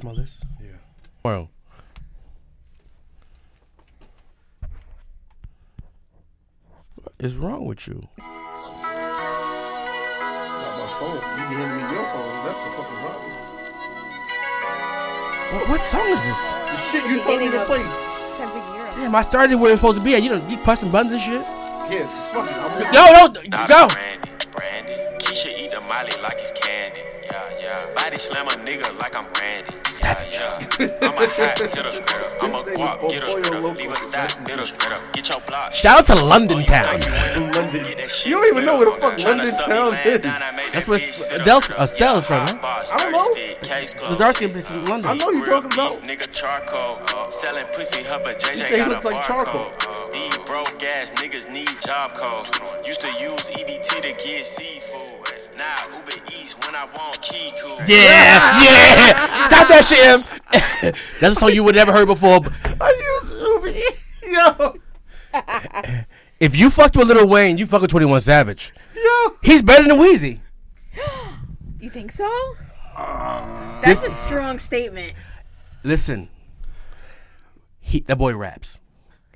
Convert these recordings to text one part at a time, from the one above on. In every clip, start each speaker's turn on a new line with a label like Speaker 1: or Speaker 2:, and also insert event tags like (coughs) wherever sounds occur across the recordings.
Speaker 1: Smothers. Yeah.
Speaker 2: Tomorrow. What is wrong with you?
Speaker 3: Not my phone. You be handing me your phone. That's the fucking problem.
Speaker 2: What, what song is this?
Speaker 3: The shit you told me to play.
Speaker 2: Damn, I started where it was supposed to be at. You don't you pressing buttons and shit.
Speaker 3: Yeah, fuck it. I'm with
Speaker 2: No, no,
Speaker 4: Not
Speaker 2: go.
Speaker 4: a brandy, brandy. Keisha eat the molly like it's candy. Yeah, yeah. Body slam a nigga like I'm Randy. Yeah, yeah. I'm a hat, hit a girl. I'm a guap, get a girl. Leave a dot, hit a girl. Get your block.
Speaker 2: Shout out to
Speaker 4: Oh,
Speaker 2: London Town.
Speaker 3: London. You don't even know where the fuck London town is.
Speaker 2: That's where Adele- Estelle is from, huh?
Speaker 3: I don't know.
Speaker 4: know.
Speaker 2: The dark skin bitch from London.
Speaker 3: I know you talking about.
Speaker 4: Nigga charcoal. Selling pussy, her but JJ
Speaker 3: say he
Speaker 4: got
Speaker 3: looks
Speaker 4: a
Speaker 3: like charcoal.
Speaker 4: barcode. These broke ass niggas need job codes. Used to use EBT to get seafood. Now Uber Eats when I want Kiku.
Speaker 2: Yeah, yeah. Stop that shit, Em. (laughs) That's a song you would never heard before. but
Speaker 3: I use Uber (laughs) Eats. Yo,
Speaker 2: If you fucked with Lil Wayne, you fuck with 21 Savage.
Speaker 3: yo.
Speaker 2: He's better than Wheezy.
Speaker 5: You think so?
Speaker 3: Um,
Speaker 5: That's a strong statement.
Speaker 2: Listen, he, that boy raps.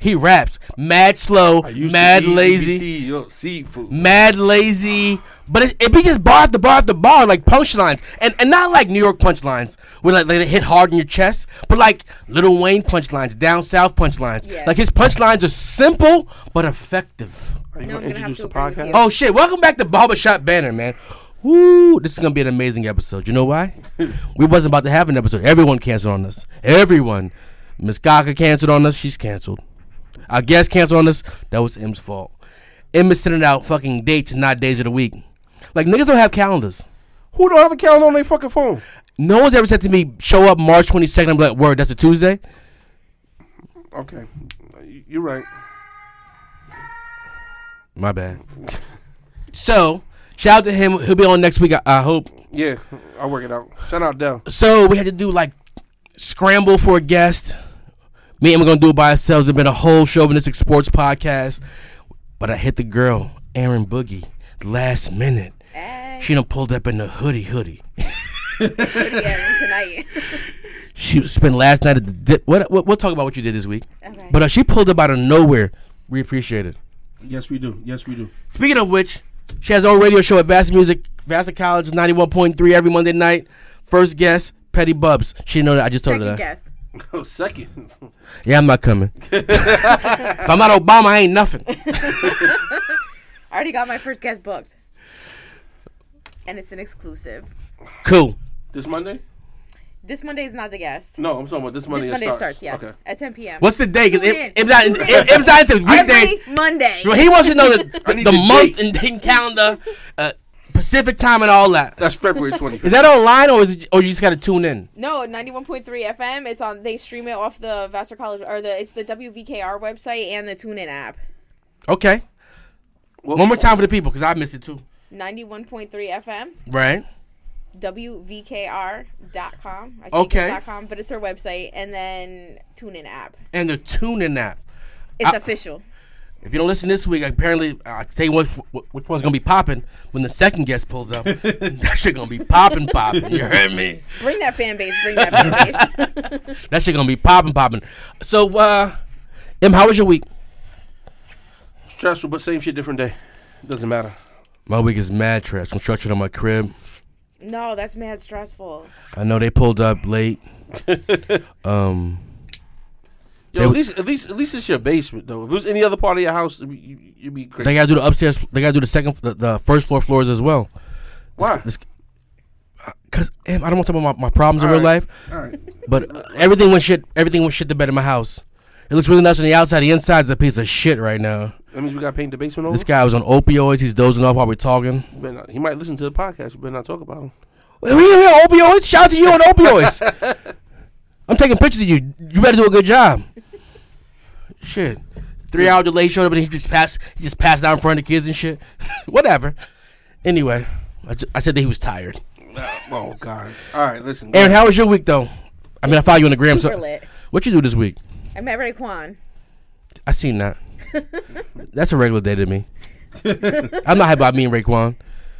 Speaker 2: He raps mad slow, mad lazy,
Speaker 3: Yo, seafood.
Speaker 2: mad lazy. But it, it be just bar after bar after bar, like punchlines, and and not like New York punchlines, where like, like they hit hard in your chest, but like Little Wayne punchlines, down south punchlines.
Speaker 5: Yeah.
Speaker 2: Like his punchlines are simple but effective.
Speaker 3: Are you gonna
Speaker 5: No, I'm gonna have
Speaker 3: introduce
Speaker 5: to
Speaker 3: the
Speaker 5: agree with
Speaker 3: podcast?
Speaker 5: you.
Speaker 2: Oh shit! Welcome back to Barbershop Banner, man. Woo! This is gonna be an amazing episode. You know why? we wasn't about to have an episode. Everyone canceled on us. Everyone. Miss Kaka canceled on us. She's canceled. Our guest canceled on us. That was M's fault. Em is sending out fucking dates, and not days of the week. Like niggas don't have calendars.
Speaker 3: Who don't have a calendar on their fucking phone?
Speaker 2: No one's ever said to me, "Show up March 22nd." I'm like, "Word, that's a Tuesday."
Speaker 3: Okay, You- you're right.
Speaker 2: My bad. so, shout out to him. He'll be on next week. I, I hope.
Speaker 3: Yeah, I'll work it out. Shout out Dell.
Speaker 2: So we had to do like scramble for a guest. Me and we're gonna do it by ourselves. It's been a whole chauvinistic sports podcast. But I hit the girl, Aaron Boogie, last minute.
Speaker 3: Oh.
Speaker 2: She done pulled up in the hoodie hoodie.
Speaker 3: (laughs)
Speaker 5: Yeah, tonight.
Speaker 2: She was- spent last night at the dip. What, what, we'll talk about what you did this week.
Speaker 5: Okay.
Speaker 2: But uh, she pulled up out of nowhere. We appreciate it.
Speaker 1: Yes, we do. Yes, we do.
Speaker 2: Speaking of which, she has her own radio show at Vast Music, Vast College, 91.3 every Monday night. First guest, Petty Bubs. She didn't know that. I just told her
Speaker 5: Second
Speaker 2: that.
Speaker 5: guess.
Speaker 3: Oh, second. (laughs)
Speaker 2: Yeah, I'm not coming. if I'm not Obama, I ain't nothing.
Speaker 5: I already got my first guess booked. And it's an exclusive.
Speaker 2: Cool.
Speaker 3: This Monday?
Speaker 5: This Monday is not the guess.
Speaker 3: No, I'm talking about this Monday.
Speaker 5: This
Speaker 3: it
Speaker 5: Monday starts,
Speaker 3: starts.
Speaker 5: yes.
Speaker 3: Okay.
Speaker 5: At 10 p.m.
Speaker 2: What's the day? 'Cause
Speaker 5: Tune
Speaker 2: If,
Speaker 5: in.
Speaker 2: if not,
Speaker 5: Tune in.
Speaker 2: if, if not until weekdays,
Speaker 5: Every Monday.
Speaker 2: well, he wants to know the,
Speaker 3: (laughs) I
Speaker 2: the,
Speaker 3: need
Speaker 2: the
Speaker 3: the
Speaker 2: month
Speaker 3: date.
Speaker 2: and, and calendar, uh, Pacific time, and all that.
Speaker 3: That's February (laughs) 25th.
Speaker 2: Is that online or is it, or you just gotta tune in?
Speaker 5: No, 91.3 FM. It's on they stream it off the Vassar College or the it's the WVKR website and the TuneIn app.
Speaker 2: Okay. One more time for the people, cause I missed it too.
Speaker 5: 91.3 FM.
Speaker 2: Right.
Speaker 5: WVKR.com. I think
Speaker 2: Okay.
Speaker 5: It's .com, but it's her website and then TuneIn app.
Speaker 2: And the tuning app.
Speaker 5: It's
Speaker 2: I-
Speaker 5: official.
Speaker 2: If you don't listen this week, apparently I can tell you which, which one's gonna be popping when the second guest pulls up. (laughs) that shit gonna be popping, popping. You heard me?
Speaker 5: Bring that fan base. Bring that fan
Speaker 2: (laughs)
Speaker 5: base.
Speaker 2: That shit gonna be popping, popping. So, uh, Em, how was your week?
Speaker 3: Stressful, but same shit, different day. Doesn't matter.
Speaker 2: My week is mad trash. Construction on my crib.
Speaker 5: no, that's mad stressful.
Speaker 2: I know they pulled up late. um,
Speaker 3: Yo,
Speaker 2: They-
Speaker 3: at least, at least, at least it's your basement though. If it was any other part of your house, it'd be- you, you'd be crazy.
Speaker 2: they gotta do the upstairs. They gotta do the second, the, the first floor floors as well.
Speaker 3: Why?
Speaker 2: This, uh, Cause Em, I don't want to talk about my, my problems in
Speaker 3: All
Speaker 2: real
Speaker 3: right.
Speaker 2: life,
Speaker 3: All right.
Speaker 2: but uh, everything went shit. Everything went shit to bed in my house. It looks really nice on the outside. The inside's a piece of shit right now.
Speaker 3: That means we got to paint the basement over.
Speaker 2: This guy was on opioids. He's dozing off while we're talking.
Speaker 3: You better not- he might listen to the podcast. You better not talk about him.
Speaker 2: Were you here opioids? Shout out to you on opioids. I'm taking pictures of you. You better do a good job. Shit. Three hour delay showed up and he just passed he just passed out in front of the kids and shit. (laughs) Whatever. Anyway, I, ju- I said that he was tired.
Speaker 3: Oh God! All right, listen.
Speaker 2: Aaron, how was your week though? I mean I follow you on the gram
Speaker 5: Super
Speaker 2: so
Speaker 5: lit.
Speaker 2: what you do this week?
Speaker 5: I met Raekwon.
Speaker 2: I seen
Speaker 5: (laughs)
Speaker 2: that. That's a regular day to me. (laughs) I'm not hype about me and Raekwon.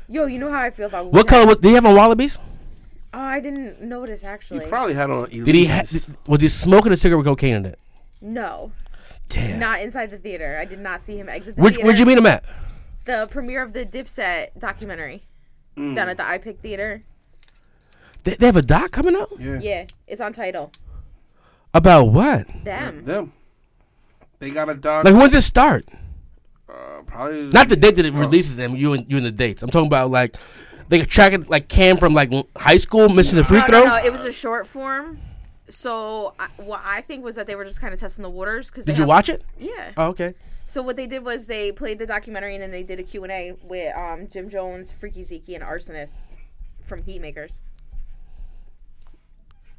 Speaker 5: Yo, you know how I feel about
Speaker 2: What color was, do you have on wallabies?
Speaker 5: Oh, I didn't notice actually.
Speaker 3: He probably had on.
Speaker 2: Did he ha- was he smoking a cigarette with cocaine in it?
Speaker 5: no,
Speaker 2: Damn.
Speaker 5: not inside the theater. I did not see him exit the
Speaker 2: Where,
Speaker 5: theater.
Speaker 2: where'd you meet him at?
Speaker 5: The premiere of the Dipset documentary done at the IPIC Theater.
Speaker 2: They, they have a doc coming out
Speaker 5: Yeah, it's on title.
Speaker 2: about what?
Speaker 5: Them.
Speaker 3: them? They got a dog.
Speaker 2: Like when's it start?
Speaker 3: uh, probably
Speaker 2: Not the date that it releases them. You and you and the dates. I'm talking about like they tracking like Cam from like l- high school missing the free
Speaker 5: no,
Speaker 2: throw.
Speaker 5: No, no, it was a short form. So I, what I think was that they were just kind of testing the waters because
Speaker 2: Did you watch it?
Speaker 5: Yeah.
Speaker 2: Oh, okay.
Speaker 5: So what they did was they played the documentary and then they did a Q and A with um, Jim Jones, Freaky Zeke, and Arsonist from Heatmakers.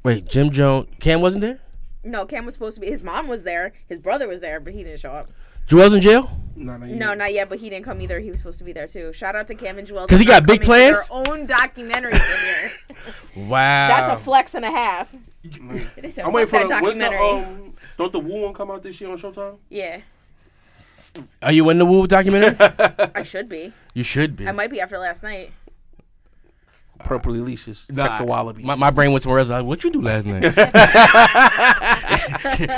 Speaker 2: Wait, Jim Jones. Cam wasn't there.
Speaker 5: No, Cam was supposed to be. His mom was there. His brother was there, but he didn't show up.
Speaker 2: Joel's in jail.
Speaker 1: No, no,
Speaker 5: No, not yet. But he didn't come either. He was supposed to be there too. Shout out to Cam and Joel
Speaker 2: 'Cause he
Speaker 5: for
Speaker 2: got big
Speaker 5: coming to
Speaker 2: plans?
Speaker 5: Their own documentary
Speaker 2: (laughs)
Speaker 5: in here.
Speaker 2: Wow.
Speaker 5: That's a flex and a half. They said,
Speaker 3: I'm
Speaker 5: "Fuck
Speaker 3: waiting for
Speaker 5: that
Speaker 3: the, when's the
Speaker 5: documentary.
Speaker 3: um. Don't the Wu one come out this year on Showtime?
Speaker 5: yeah,
Speaker 2: Are you in the Woo (laughs) documentary?
Speaker 5: I should be.
Speaker 2: you should be.
Speaker 5: I might be after last night.
Speaker 3: Purple Elises.
Speaker 2: Uh, Nah,
Speaker 3: Check the Wallabies.
Speaker 2: My, my brain went somewhere else. I was Like, what you do last night? (laughs)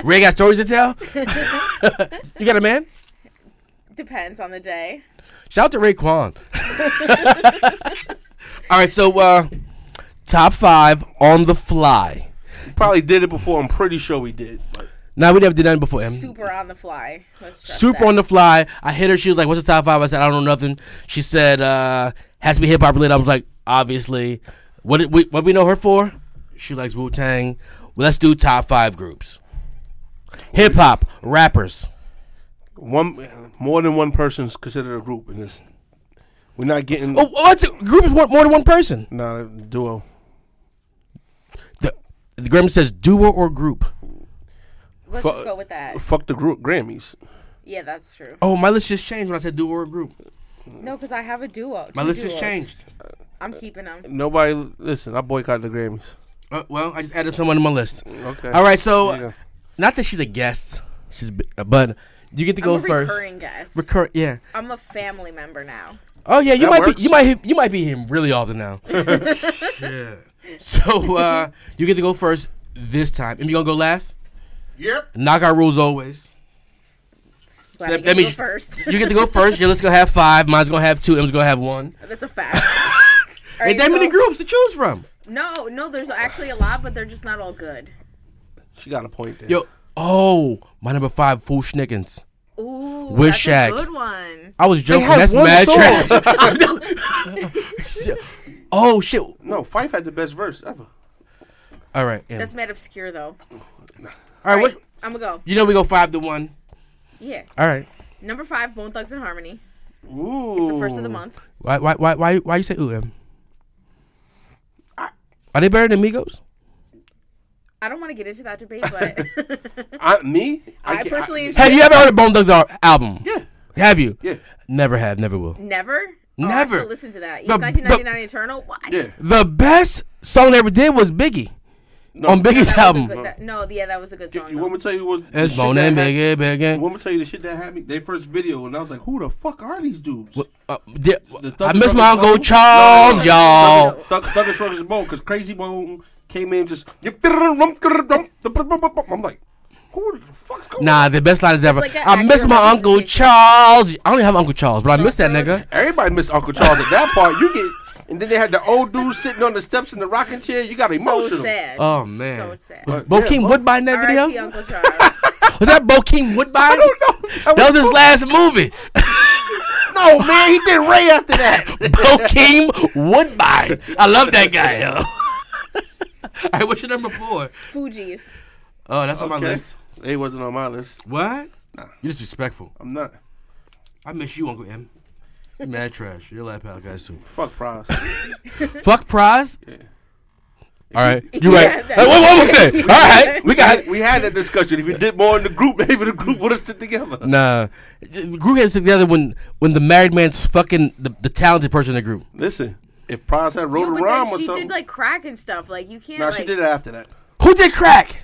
Speaker 2: Ray got stories to tell. (laughs) you got a man?
Speaker 5: Depends on the day.
Speaker 2: Shout out to Ray Kwan. (laughs) All right, so uh, top five on the fly.
Speaker 3: probably did it before. I'm pretty sure we did. But
Speaker 2: Now we never did that before. Em.
Speaker 5: Super on the fly. Let's stress
Speaker 2: Super
Speaker 5: that.
Speaker 2: on the fly. I hit her. She was like, "What's the top five? I said, "I don't know nothing." She said, uh, "Has to be hip hop related." I was like, "Obviously." What did we, what we know her for? She likes Wu Tang. Well, let's do top five groups. Hip hop rappers.
Speaker 3: one more than one person's considered a group in this. We're not getting
Speaker 2: Oh, what's a group is one, more than one person.
Speaker 3: not a duo.
Speaker 2: The, the Grammy says duo or group.
Speaker 5: Let's
Speaker 3: Fu-
Speaker 5: just go with that.
Speaker 3: Fuck the group Grammys.
Speaker 5: Yeah, that's true.
Speaker 2: Oh, my list just changed when I said duo or group.
Speaker 5: No, because I have a duo.
Speaker 2: My
Speaker 5: two
Speaker 2: list just
Speaker 5: duos.
Speaker 2: changed.
Speaker 5: I'm keeping them.
Speaker 3: Nobody listen. I boycotted the Grammys.
Speaker 2: Uh, well, I just added someone to my list.
Speaker 3: Okay.
Speaker 2: All right, so uh,
Speaker 3: There you go.
Speaker 2: not that she's a guest, she's b- uh, but you get to go
Speaker 5: I'm a
Speaker 2: first.
Speaker 5: recurring guest.
Speaker 2: Recur- yeah.
Speaker 5: I'm a family member now.
Speaker 2: Oh yeah, you
Speaker 3: That
Speaker 2: might
Speaker 3: works.
Speaker 2: be you might he- you might be him really often
Speaker 5: (laughs)
Speaker 2: now. (laughs) yeah. So uh, you get to go first this time, and you gonna go last.
Speaker 1: Yep.
Speaker 2: Knock out rules always.
Speaker 5: Glad
Speaker 2: That-
Speaker 5: I get
Speaker 2: that
Speaker 5: to go
Speaker 2: means- (laughs)
Speaker 5: first.
Speaker 2: You get to go first. Your list gonna have five. Mine's gonna have two. M's gonna have one.
Speaker 5: That's
Speaker 2: (laughs)
Speaker 5: a fact. All
Speaker 2: Ain't
Speaker 5: right,
Speaker 2: that many
Speaker 5: so-
Speaker 2: groups to choose from.
Speaker 5: No, no, there's actually a lot, but they're just not all good.
Speaker 3: She got a point there.
Speaker 2: Yo, oh my number five, Fool Schnickens.
Speaker 5: Ooh,
Speaker 2: With
Speaker 5: that's
Speaker 2: Shaq.
Speaker 5: a good one.
Speaker 2: I was joking.
Speaker 3: had
Speaker 2: That's
Speaker 3: one
Speaker 2: mad
Speaker 3: song. (laughs)
Speaker 2: trash. Shit. (laughs) oh shit!
Speaker 3: No, Fife had the best verse ever.
Speaker 2: All right, Em.
Speaker 5: That's mad obscure though.
Speaker 2: all right. What,
Speaker 5: I'm gonna go.
Speaker 2: you know we go five to one.
Speaker 5: Yeah,
Speaker 2: All right.
Speaker 5: number five, Bone Thugs and Harmony.
Speaker 3: Ooh.
Speaker 5: It's the first of the month.
Speaker 2: Why why why why why you say ooh? Em? Are they better than Migos?
Speaker 5: I don't want to get into that debate,
Speaker 2: (laughs)
Speaker 5: but
Speaker 3: I, me?
Speaker 5: I,
Speaker 3: can't-
Speaker 5: personally
Speaker 2: Have you ever heard of Bone Thugs al- album?
Speaker 3: yeah.
Speaker 2: Have you?
Speaker 3: Yeah.
Speaker 2: Never have, never will.
Speaker 5: never,
Speaker 2: Never.
Speaker 5: Oh, I still listen to that. It's
Speaker 2: The-
Speaker 5: 1999 Eternal. Why?
Speaker 2: (laughs)
Speaker 3: Yeah.
Speaker 2: The best song they ever did was Biggie
Speaker 3: No,
Speaker 2: on (laughs) Biggie's
Speaker 5: That was a
Speaker 2: album.
Speaker 5: good- that- no, yeah, that was a good song.
Speaker 3: You
Speaker 5: though.
Speaker 3: want me to tell you what? the
Speaker 2: It's
Speaker 3: shit
Speaker 2: Bone
Speaker 3: that
Speaker 2: and
Speaker 3: had-
Speaker 2: Biggie, Biggie.
Speaker 3: You want me to tell you the shit that happened? Their first video, and I was like, "Who the fuck are these dudes?"
Speaker 2: Uh, di-
Speaker 3: Thunder
Speaker 2: I miss
Speaker 3: Brothers
Speaker 2: my uncle
Speaker 3: album?
Speaker 2: Charles,
Speaker 5: No,
Speaker 2: y'all.
Speaker 5: no,
Speaker 3: Thug, Thug and Shorty's bone because Crazy Bone came in just. I'm like, who the fuck's going
Speaker 2: Nah,
Speaker 3: on?
Speaker 2: the best line is ever.
Speaker 5: like a
Speaker 2: I miss
Speaker 5: accurate
Speaker 2: my uncle
Speaker 5: representation.
Speaker 2: Charles. I don't have Uncle Charles, but I miss that
Speaker 5: so-
Speaker 2: nigga.
Speaker 3: Everybody missed Uncle Charles at that part. You get, and then they had the old dude sitting on the steps in the rocking chair. You got
Speaker 5: so
Speaker 3: emotional.
Speaker 5: sad.
Speaker 2: Oh man,
Speaker 5: so sad.
Speaker 2: Was
Speaker 3: But-
Speaker 2: Bokeem
Speaker 3: yeah,
Speaker 2: Woodbine in that
Speaker 5: R.I.P.
Speaker 2: video? (laughs)
Speaker 5: Uncle Charles.
Speaker 2: Was that Bokeem Woodbine? I don't know. That, was his last (laughs) movie.
Speaker 3: No man, he did Ray
Speaker 2: (laughs)
Speaker 3: after that.
Speaker 2: Bokeem Woodbine. I love that guy. (laughs) Yo. I wish your number four.
Speaker 5: Fuji's.
Speaker 2: Oh, that's on my
Speaker 3: Okay.
Speaker 2: list.
Speaker 3: They wasn't on my list.
Speaker 2: What? You're disrespectful.
Speaker 3: I'm not.
Speaker 2: I miss you, Uncle M. You Mad trash. You're lap out guys too.
Speaker 3: Fuck
Speaker 2: (laughs)
Speaker 3: prize.
Speaker 2: Fuck prize. All right,
Speaker 3: (laughs)
Speaker 2: you
Speaker 5: Yeah,
Speaker 2: right.
Speaker 5: that-
Speaker 2: Hey, what what was it? All right, we
Speaker 3: we
Speaker 2: got.
Speaker 3: got. We had that discussion. If you did more in the group, (laughs) maybe the group would have stood together.
Speaker 2: Nah, the group heads together when when the married man's fucking the, the talented person in the group.
Speaker 3: Listen, if Prize had wrote
Speaker 5: No,
Speaker 3: a
Speaker 5: but
Speaker 3: rhyme
Speaker 5: then
Speaker 3: or
Speaker 5: Oh she
Speaker 3: something,
Speaker 5: did like crack and stuff. Like you can't.
Speaker 3: nah,
Speaker 5: like,
Speaker 3: she did it after
Speaker 5: (laughs)
Speaker 3: that.
Speaker 2: Who did crack?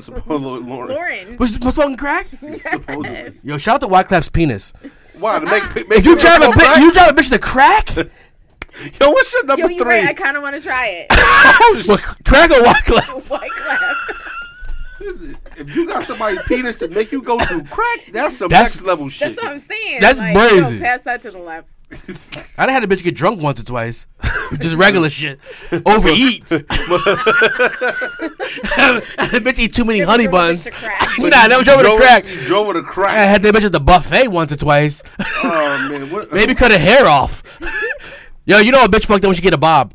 Speaker 3: Supposedly, Lauren.
Speaker 5: Lauren.
Speaker 2: Was was smoking crack?
Speaker 3: Supposedly.
Speaker 2: Yo, shout out to Wyclef's penis.
Speaker 5: Ah.
Speaker 3: Why to make, make
Speaker 2: If you
Speaker 3: people (laughs)
Speaker 2: drive a
Speaker 3: come
Speaker 2: bitch,
Speaker 3: back?
Speaker 2: you drive a bitch to crack.
Speaker 3: Yo, what's your number
Speaker 5: Yo, you're
Speaker 3: three?
Speaker 5: right. I kind of want to try it. (laughs)
Speaker 3: Oh,
Speaker 2: Well,
Speaker 3: shit.
Speaker 2: crack or walk left?
Speaker 5: White clap.
Speaker 3: Listen, if you got somebody's penis to make you go through crack, that's some
Speaker 2: That's-
Speaker 3: next level shit.
Speaker 5: That's what I'm saying.
Speaker 2: That's
Speaker 5: like, yo,
Speaker 2: brazen.
Speaker 5: pass that to the left.
Speaker 2: I done had a bitch get drunk once or twice. (laughs) Just regular shit.
Speaker 3: (laughs)
Speaker 2: Overeat. (laughs) the bitch eat too many
Speaker 5: Give
Speaker 2: honey
Speaker 5: the girl a
Speaker 2: buns.
Speaker 5: bitch to crack.
Speaker 2: (laughs) nah, that was over the
Speaker 3: Drove-
Speaker 2: crack.
Speaker 3: you Drove with a crack.
Speaker 2: I had that bitch at the buffet once or twice. (laughs)
Speaker 3: oh man, what?
Speaker 2: Maybe cut her hair off. (laughs) Yo, you know a bitch fucked up when she get a bob.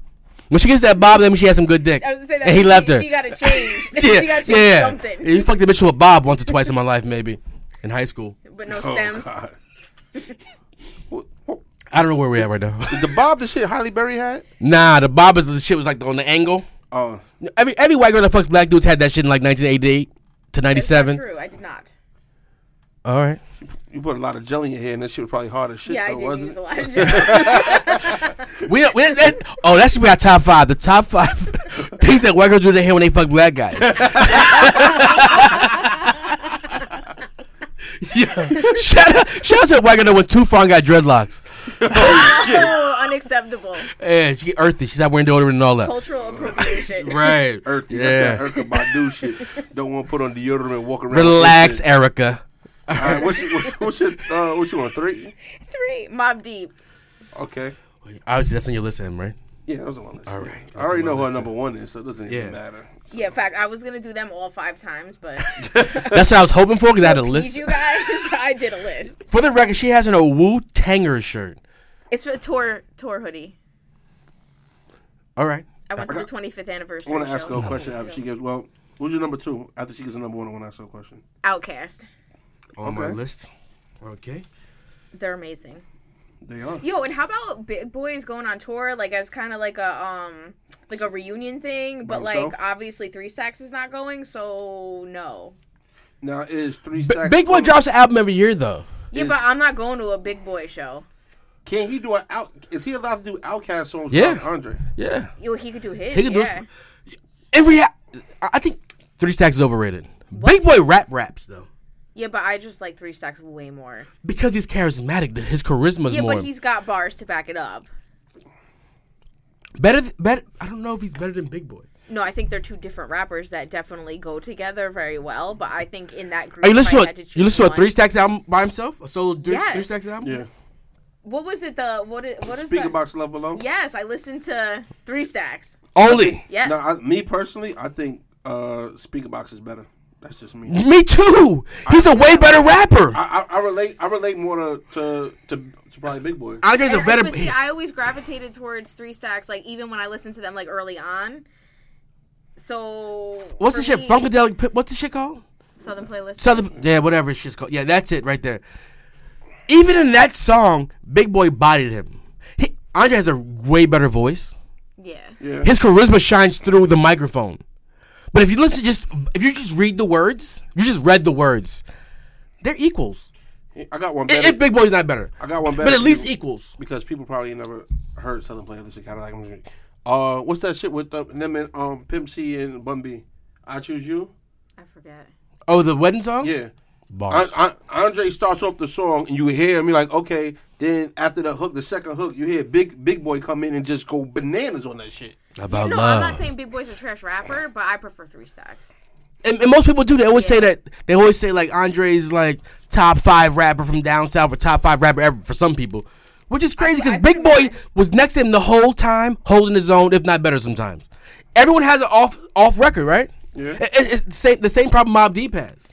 Speaker 2: When she gets that bob, that means she had some good dick.
Speaker 5: I was gonna say that.
Speaker 2: and he
Speaker 5: she,
Speaker 2: left her.
Speaker 5: She got to
Speaker 2: (laughs)
Speaker 5: change. (laughs)
Speaker 2: yeah,
Speaker 5: she got to change
Speaker 2: yeah.
Speaker 5: something.
Speaker 2: He fucked a bitch with a bob once or twice in my life, maybe, in high school.
Speaker 5: But no
Speaker 3: Oh,
Speaker 5: stems. (laughs)
Speaker 3: God. What- what-
Speaker 2: I don't know where we at right now. (laughs)
Speaker 3: the bob the shit Holly Berry had?
Speaker 2: nah, the bob is the shit was like on the angle.
Speaker 3: Oh,
Speaker 2: Every every white girl that fucks black dudes had that shit in like 1988 to
Speaker 5: That's not
Speaker 2: 97.
Speaker 5: True. I did not.
Speaker 2: All right.
Speaker 3: you put a lot of jelly in here, and that shit was probably hard as shit.
Speaker 5: Yeah, I
Speaker 3: though,
Speaker 5: did
Speaker 3: wasn't
Speaker 5: use
Speaker 3: it?
Speaker 5: a lot
Speaker 3: (laughs)
Speaker 5: of gel.
Speaker 2: We, we that, oh, that should be our top five. The top five (laughs) things that white girls do to hair when they fuck black guys. (laughs) yeah. Shout out, shout out to the white girl that went too far and got dreadlocks.
Speaker 5: oh, (laughs) unacceptable.
Speaker 2: Yeah, she earthy. She's not wearing deodorant and all that.
Speaker 5: Cultural appropriation.
Speaker 2: Right.
Speaker 3: Earthy,
Speaker 2: Yeah.
Speaker 3: that's that Erica Badu
Speaker 5: (laughs)
Speaker 3: shit. Don't want to put on deodorant and walk around. with
Speaker 2: Relax,
Speaker 3: that
Speaker 2: Erica.
Speaker 3: shit. All right, what's your, what's, what's your uh, what you want three?
Speaker 5: Three. Mob Deep.
Speaker 3: Okay,
Speaker 2: Obviously, that's on your list, M, right?
Speaker 3: yeah, that was on my list. All right,
Speaker 2: right,
Speaker 3: I already know who our number one is, so it doesn't
Speaker 2: Yeah.
Speaker 3: even matter.
Speaker 5: Yeah, in fact, I was gonna do them all five times, but
Speaker 2: That's what I was hoping for because I had a
Speaker 5: please
Speaker 2: list.
Speaker 5: you guys, (laughs) I did a list.
Speaker 2: For the record, she has on a Wu Tanger shirt.
Speaker 5: It's for a tour tour hoodie.
Speaker 2: All right.
Speaker 5: I went to the 25th anniversary.
Speaker 3: I want to ask her
Speaker 5: show.
Speaker 3: a question after she gets. Well, who's your number two? After she gets a number one, I want to ask her a question.
Speaker 5: Outcast.
Speaker 2: On my
Speaker 3: Okay.
Speaker 2: list. Okay.
Speaker 5: They're amazing.
Speaker 3: They are.
Speaker 5: Yo, and how about Big Boys going on tour like as kind of like a um like a reunion thing, but
Speaker 3: himself?
Speaker 5: like obviously Three Sacks is not going, so no.
Speaker 3: Now is three
Speaker 2: B-
Speaker 3: stacks.
Speaker 2: Big Boy
Speaker 3: from-
Speaker 2: drops an album every year, though.
Speaker 5: Yeah,
Speaker 3: Is-
Speaker 5: but I'm not going to a Big Boy show.
Speaker 3: Can he do an out? Is he allowed to do Outcast songs?
Speaker 2: Yeah.
Speaker 3: without Andre.
Speaker 2: Yeah.
Speaker 5: Yo, he could do his.
Speaker 2: He can do his-
Speaker 5: yeah.
Speaker 2: Every, I I think Three Stacks is overrated. Big Boy rap raps though,
Speaker 5: yeah, but I just like Three Sacks way more.
Speaker 2: because he's charismatic. th- His charisma's
Speaker 5: Yeah,
Speaker 2: more
Speaker 5: but he's got bars to back it up.
Speaker 2: better. Th- better. I don't know if he's better than Big Boy.
Speaker 5: No, I think they're two different rappers that definitely go together very well. But I think in that group,
Speaker 2: Are you listening
Speaker 5: if I
Speaker 2: to
Speaker 5: had
Speaker 2: a,
Speaker 5: to
Speaker 2: you
Speaker 5: choose
Speaker 2: listen to a
Speaker 5: one-
Speaker 2: Three Stacks album by himself? A solo Three,
Speaker 5: Yes.
Speaker 2: three Stacks album?
Speaker 3: Yeah.
Speaker 5: What was it? The what? Is, what is
Speaker 3: Speaker
Speaker 5: that?
Speaker 3: box level below.
Speaker 5: Yes, I listened to Three Stacks.
Speaker 2: Only.
Speaker 5: Yes,
Speaker 3: Now, I, me personally, I think uh, Speaker Box is better. That's just me.
Speaker 2: Me too. He's a way better rapper.
Speaker 3: I, I, I relate. I relate more to to, to, to probably Big Boy.
Speaker 2: Andre's a
Speaker 5: And I-
Speaker 2: better.
Speaker 5: but see, I always gravitated towards Three Stacks, like even when I listened to them like early on. So
Speaker 2: what's
Speaker 5: for
Speaker 2: the shit?
Speaker 5: me,
Speaker 2: Funkadelic. Pi- What's the shit called?
Speaker 5: Southern playlist.
Speaker 2: Southern. Yeah, whatever it's just called. Yeah, that's it right there. Even in that song, Big Boy bodied him. He, Andre has a way better voice.
Speaker 5: yeah.
Speaker 3: yeah.
Speaker 2: his charisma shines through the microphone. But if you listen, just if you just read the words, you just read the words, they're equals.
Speaker 3: I got one
Speaker 2: If,
Speaker 3: better
Speaker 2: if Big Boy's not better,
Speaker 3: I got one
Speaker 2: but
Speaker 3: better
Speaker 2: at least
Speaker 3: for you.
Speaker 2: equals.
Speaker 3: because people probably never heard Southern play this kind of like music. Uh, what's that shit with the, them and um Pimp C and Bun B? I choose you.
Speaker 5: I forget.
Speaker 2: Oh, the wedding song.
Speaker 3: Yeah. I,
Speaker 2: Boss.
Speaker 3: I, Andre starts off the song and you hear him. You're like, okay. Then after the hook, the second hook, you hear Big Big Boy come in and just go bananas on that shit.
Speaker 2: About
Speaker 5: No, I'm
Speaker 2: love.
Speaker 5: not saying Big Boy's a trash rapper, but I prefer Three Stacks.
Speaker 2: and, and most people do. They always say
Speaker 5: Yeah.
Speaker 2: that. They always say like Andre's like top five rapper from down south or top five rapper ever for some people, which is crazy because
Speaker 5: I
Speaker 2: Big Boy
Speaker 5: feel like-
Speaker 2: was next to him the whole time, holding his own, if not better sometimes. Everyone has an off off record, right?
Speaker 3: Yeah.
Speaker 2: It- it- it's the same the same problem Mob Deep has.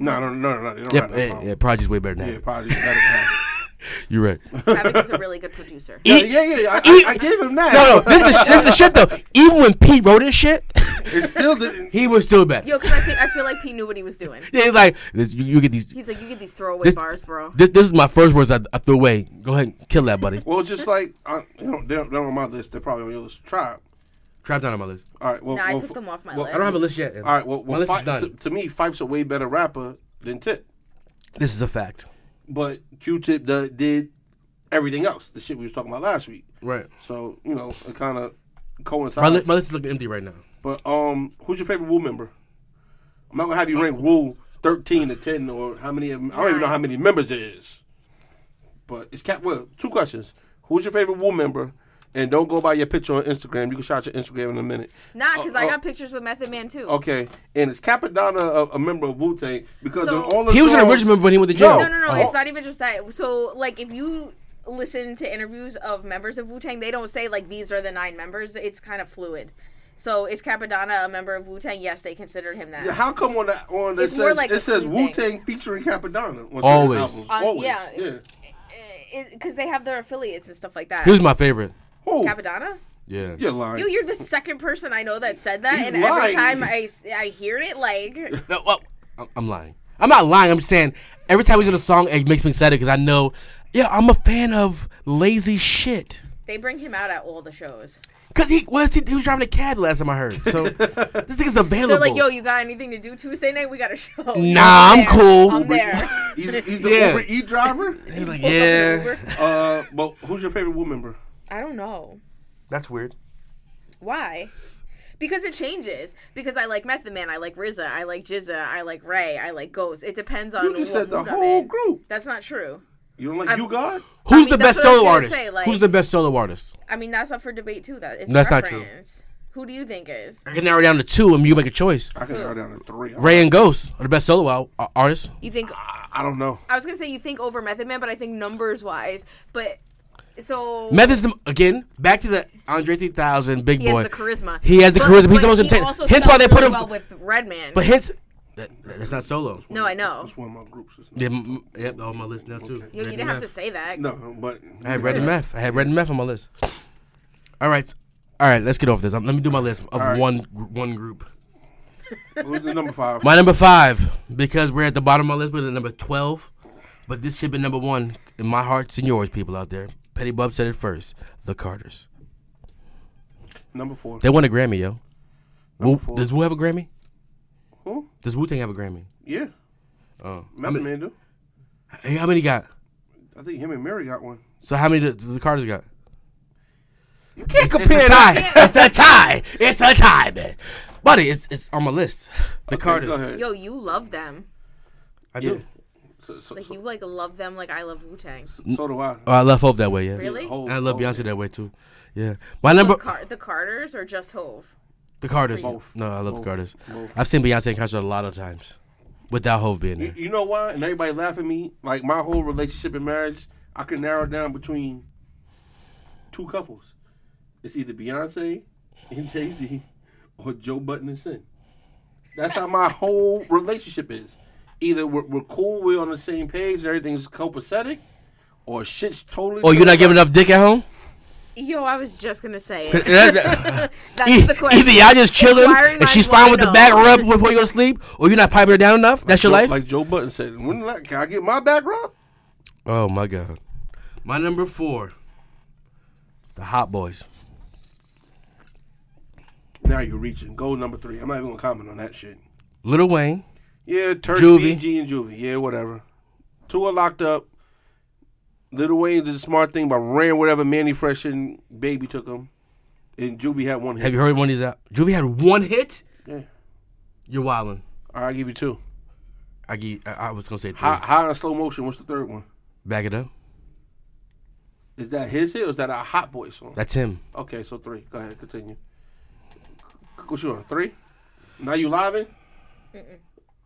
Speaker 3: No, no, no, no, no. They don't
Speaker 2: Yeah,
Speaker 3: have that
Speaker 2: yeah,
Speaker 3: problem.
Speaker 2: yeah, Prodigy's way better than
Speaker 3: yeah.
Speaker 2: that.
Speaker 3: probably just let it happen.
Speaker 2: You're (laughs) right.
Speaker 5: Havoc is a really
Speaker 2: (laughs)
Speaker 5: good producer.
Speaker 3: Yeah,
Speaker 2: E-
Speaker 3: yeah, yeah. I,
Speaker 2: E-
Speaker 3: I, I gave him that.
Speaker 2: No, no, this is, the, sh- this is the shit though. Even when Pete wrote his shit,
Speaker 3: (laughs)
Speaker 2: (laughs)
Speaker 3: it still didn't.
Speaker 2: he was still bad.
Speaker 5: Yo, because I think I feel like P knew what he was doing.
Speaker 2: Yeah, (laughs) he's like, this, you, you get these.
Speaker 5: He's like, you get these throwaway
Speaker 2: This-
Speaker 5: bars, bro.
Speaker 2: This, this is my first words I, I threw away. Go ahead, and kill that, (laughs) buddy.
Speaker 3: Well, it's just like uh, I, you know, they're, they're on my list. They're probably on your list. Tribe.
Speaker 2: Trap down on my list.
Speaker 3: All right. Well,
Speaker 5: No, I
Speaker 3: well,
Speaker 5: took them off my
Speaker 3: well,
Speaker 5: list.
Speaker 2: I don't have a list yet.
Speaker 3: All right. Well,
Speaker 2: my
Speaker 3: well
Speaker 2: list
Speaker 3: Fi-
Speaker 2: is done.
Speaker 3: to, to me, Fife's a way better rapper than Tip,
Speaker 2: this is a fact.
Speaker 3: but Q-Tip do- did everything else. The shit we was talking about last week.
Speaker 2: Right.
Speaker 3: So you know, it kind of
Speaker 2: My,
Speaker 3: coincides.
Speaker 2: li- my list is looking empty (laughs) right now.
Speaker 3: but um, who's your favorite Wu member? I'm not gonna have you rank Wu 13 to 10 or how many. Of, I don't even know how many members it is. But it's cat. Well, two questions. Who's your favorite Wu member? And don't go by your picture on Instagram. You can shout your Instagram in a minute.
Speaker 5: Nah, because
Speaker 3: Oh,
Speaker 5: I
Speaker 3: oh.
Speaker 5: got pictures with Method Man too.
Speaker 3: Okay, and is Capadonna a, a member of Wu Tang? Because
Speaker 5: So-
Speaker 3: in all the
Speaker 2: He was an
Speaker 3: songs-
Speaker 2: original member when he went to jail.
Speaker 5: No, no, no.
Speaker 3: Oh.
Speaker 5: It's not even just that. So, like, if you listen to interviews of members of Wu Tang, they don't say, like, these are the nine members. It's kind of fluid. So, is Capadonna a member of Wu Tang? Yes, they considered him that.
Speaker 3: Yeah, How come on that on that
Speaker 5: It's more
Speaker 3: says
Speaker 5: like a
Speaker 3: it says
Speaker 5: food
Speaker 3: Wu
Speaker 5: thing.
Speaker 3: Tang featuring Capadonna on certain
Speaker 2: Always.
Speaker 3: albums?
Speaker 5: Uh,
Speaker 3: Always,
Speaker 5: yeah.
Speaker 3: yeah.
Speaker 5: Because Eh, they have their affiliates and stuff like that.
Speaker 2: Here's my favorite.
Speaker 3: Who?
Speaker 5: Capadonna?
Speaker 2: Yeah.
Speaker 3: You're lying.
Speaker 5: You, you're the second person I know that said that,
Speaker 3: He's
Speaker 5: and every
Speaker 3: lying.
Speaker 5: time I, s- I hear it, like,
Speaker 3: (laughs)
Speaker 2: No, well, I'm- I'm lying. I'm not lying. I'm just saying every time he's in a song, it makes me excited because I know. Yeah, I'm a fan of lazy shit.
Speaker 5: they bring him out at all the shows.
Speaker 2: Cause he was he, he was driving a cab last time I heard. (laughs) So this thing is available.
Speaker 5: They're like, yo, you got anything to do Tuesday night? We got a show.
Speaker 2: Nah, I'm
Speaker 5: there.
Speaker 2: cool.
Speaker 5: I'm there.
Speaker 3: He's,
Speaker 5: (laughs)
Speaker 3: he's the
Speaker 2: Yeah.
Speaker 3: Uber E driver.
Speaker 2: He's
Speaker 3: (laughs)
Speaker 2: like, yeah,
Speaker 3: uh, but who's your favorite Wu member?
Speaker 5: I don't know.
Speaker 2: that's weird.
Speaker 5: Why? Because it changes. Because I like Method Man, I like RZA, I like Jizza, I like Ray, I like Ghost. It depends on.
Speaker 3: You just
Speaker 5: what
Speaker 3: said the
Speaker 5: mood I'm
Speaker 3: whole
Speaker 5: in.
Speaker 3: group.
Speaker 5: That's not true.
Speaker 3: You don't like
Speaker 5: I'm-
Speaker 3: You God?
Speaker 2: Who's
Speaker 5: mean,
Speaker 2: the
Speaker 5: that's
Speaker 2: best
Speaker 5: what I was
Speaker 2: solo
Speaker 5: gonna
Speaker 2: artist?
Speaker 5: say, like-
Speaker 2: Who's the best solo artist?
Speaker 5: I mean, that's up for debate too. That it's
Speaker 2: That's not
Speaker 5: preference. Who do you think is?
Speaker 2: I can narrow it down to two, and you make a choice.
Speaker 3: I can go down to three. I,
Speaker 2: Ray and Ghost are the best solo out, uh, artists.
Speaker 5: You think?
Speaker 3: I don't know.
Speaker 5: I was gonna say you think over Method Man, but I think numbers wise, but so
Speaker 2: Methods the- again. Back to the Andre 3000 big
Speaker 5: he
Speaker 2: boy.
Speaker 5: has the charisma.
Speaker 2: He has the
Speaker 5: But-
Speaker 2: charisma. He's
Speaker 5: but
Speaker 2: the most
Speaker 5: he
Speaker 2: intense.
Speaker 5: also
Speaker 2: Hence why
Speaker 5: sells
Speaker 2: they put
Speaker 5: really
Speaker 2: him.
Speaker 5: well with Redman.
Speaker 2: but hence, that, that's not solo.
Speaker 5: no, Oh, I know.
Speaker 3: That's one of my groups. It's not-
Speaker 2: Yeah, m- m- yep, on my list now too.
Speaker 5: Yo, you
Speaker 2: Red
Speaker 5: didn't
Speaker 2: and
Speaker 5: have to
Speaker 2: Meth.
Speaker 5: say that.
Speaker 3: No, but
Speaker 2: I had red
Speaker 5: (laughs)
Speaker 2: and meth. I had red and meth on my list. All right, all right. Let's get off this. Um, let me do my list of
Speaker 3: right.
Speaker 2: one gr- one group.
Speaker 3: Who's the number five?
Speaker 2: My number five because we're at the bottom of my list. We're at number twelve, but this should be number one in my hearts and yours, people out there. Petty Bub said it first. The Carters.
Speaker 3: number four.
Speaker 2: They won a Grammy, yo. Wu-
Speaker 3: four.
Speaker 2: does Wu have a Grammy?
Speaker 3: Who?
Speaker 2: Does Wu Tang have a Grammy?
Speaker 3: Yeah,
Speaker 2: Oh, how
Speaker 3: Method
Speaker 2: many,
Speaker 3: Man do.
Speaker 2: hey, how many got?
Speaker 3: I think him and Mary got one.
Speaker 2: So how many does the Carters got?
Speaker 3: You can't
Speaker 2: It's a tie. It's a tie. It's a tie, man. Buddy, it's it's on my list. The Carters.
Speaker 3: Go ahead.
Speaker 5: Yo, you love them.
Speaker 2: I
Speaker 3: Yeah.
Speaker 2: do.
Speaker 3: So, so,
Speaker 5: Like
Speaker 3: so,
Speaker 5: you like love them like I love Wu Tang.
Speaker 3: so do I.
Speaker 2: Oh, I love Hope that way, yeah.
Speaker 5: Really?
Speaker 2: And I love Beyonce that way too. Yeah. My
Speaker 5: The,
Speaker 2: number
Speaker 5: Car- the Carters or just Hove?
Speaker 2: the Carters.
Speaker 3: Both.
Speaker 2: No, I love the
Speaker 3: Both.
Speaker 2: Carters.
Speaker 3: Both.
Speaker 2: I've seen Beyonce in concert a lot of times. Without Hope being there.
Speaker 3: You, you know why? And everybody laugh at me. Like my whole relationship and marriage, I can narrow it down between two couples. It's either Beyonce and Jay Z, or Joe Button and Sin. That's how my whole relationship is. Either we're, we're cool, we're on the same page, everything's copacetic, or shit's totally.
Speaker 2: Oh, you're not giving enough dick at home?
Speaker 5: Yo, I was just gonna say
Speaker 2: That-
Speaker 5: it.
Speaker 2: that-
Speaker 5: (laughs)
Speaker 2: (laughs)
Speaker 5: That's
Speaker 2: e-
Speaker 5: the question.
Speaker 2: Either y'all just chilling
Speaker 5: Inquiring
Speaker 2: and she's
Speaker 5: minds
Speaker 2: fine
Speaker 5: wanna
Speaker 2: with the
Speaker 5: know.
Speaker 2: back rub before you go to sleep, or you're not piping her down enough. That's your
Speaker 3: Joe-
Speaker 2: life.
Speaker 3: Like Joe Button said, when like, can I get my back rub?
Speaker 2: oh my god. My number four. The Hot Boys.
Speaker 3: Now you're reaching. Goal number three. I'm not even gonna comment on that shit.
Speaker 2: Little Wayne.
Speaker 3: Yeah, Turk,
Speaker 2: Juvie.
Speaker 3: BG, and Juvie. Yeah, whatever. Two are locked up. Little Wayne did a smart thing by ran whatever Manny Fresh and Baby took him. And Juvie had one
Speaker 2: Have
Speaker 3: hit.
Speaker 2: you heard one of these out? Juvie had one hit?
Speaker 3: Yeah.
Speaker 2: You're wildin'.
Speaker 3: All right, I'll give you two.
Speaker 2: I, gi- I I was gonna say three.
Speaker 3: High, high and slow motion. What's the third one?
Speaker 2: Back it up.
Speaker 3: Is that his hit or is that a Hot Boy song?
Speaker 2: That's him.
Speaker 3: Okay, so three. Go ahead, continue. What you on? Three? Now you livin'?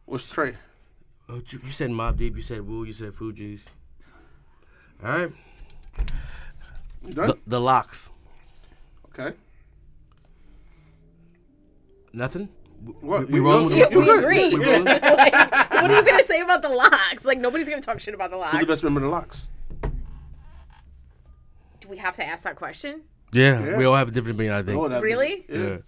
Speaker 3: What's Trey?
Speaker 2: Oh, you, you said Mob Deep. You said Woo. You said Fuji's. All right.
Speaker 3: You
Speaker 2: The,
Speaker 3: done?
Speaker 2: the locks.
Speaker 3: Okay.
Speaker 2: Nothing.
Speaker 3: What?
Speaker 2: we rolling with
Speaker 3: you,
Speaker 2: them?
Speaker 3: you
Speaker 5: (laughs) we
Speaker 3: good?
Speaker 5: agree.
Speaker 3: You good?
Speaker 5: (laughs) like, what are you gonna say about the locks? Like nobody's gonna talk shit about the
Speaker 3: Who's the
Speaker 5: locks.
Speaker 3: best member of the locks?
Speaker 5: do we have to ask that question?
Speaker 2: Yeah, we all have a different opinion. I
Speaker 3: Oh,
Speaker 2: think.
Speaker 3: that'd be-
Speaker 5: Really?
Speaker 2: Yeah.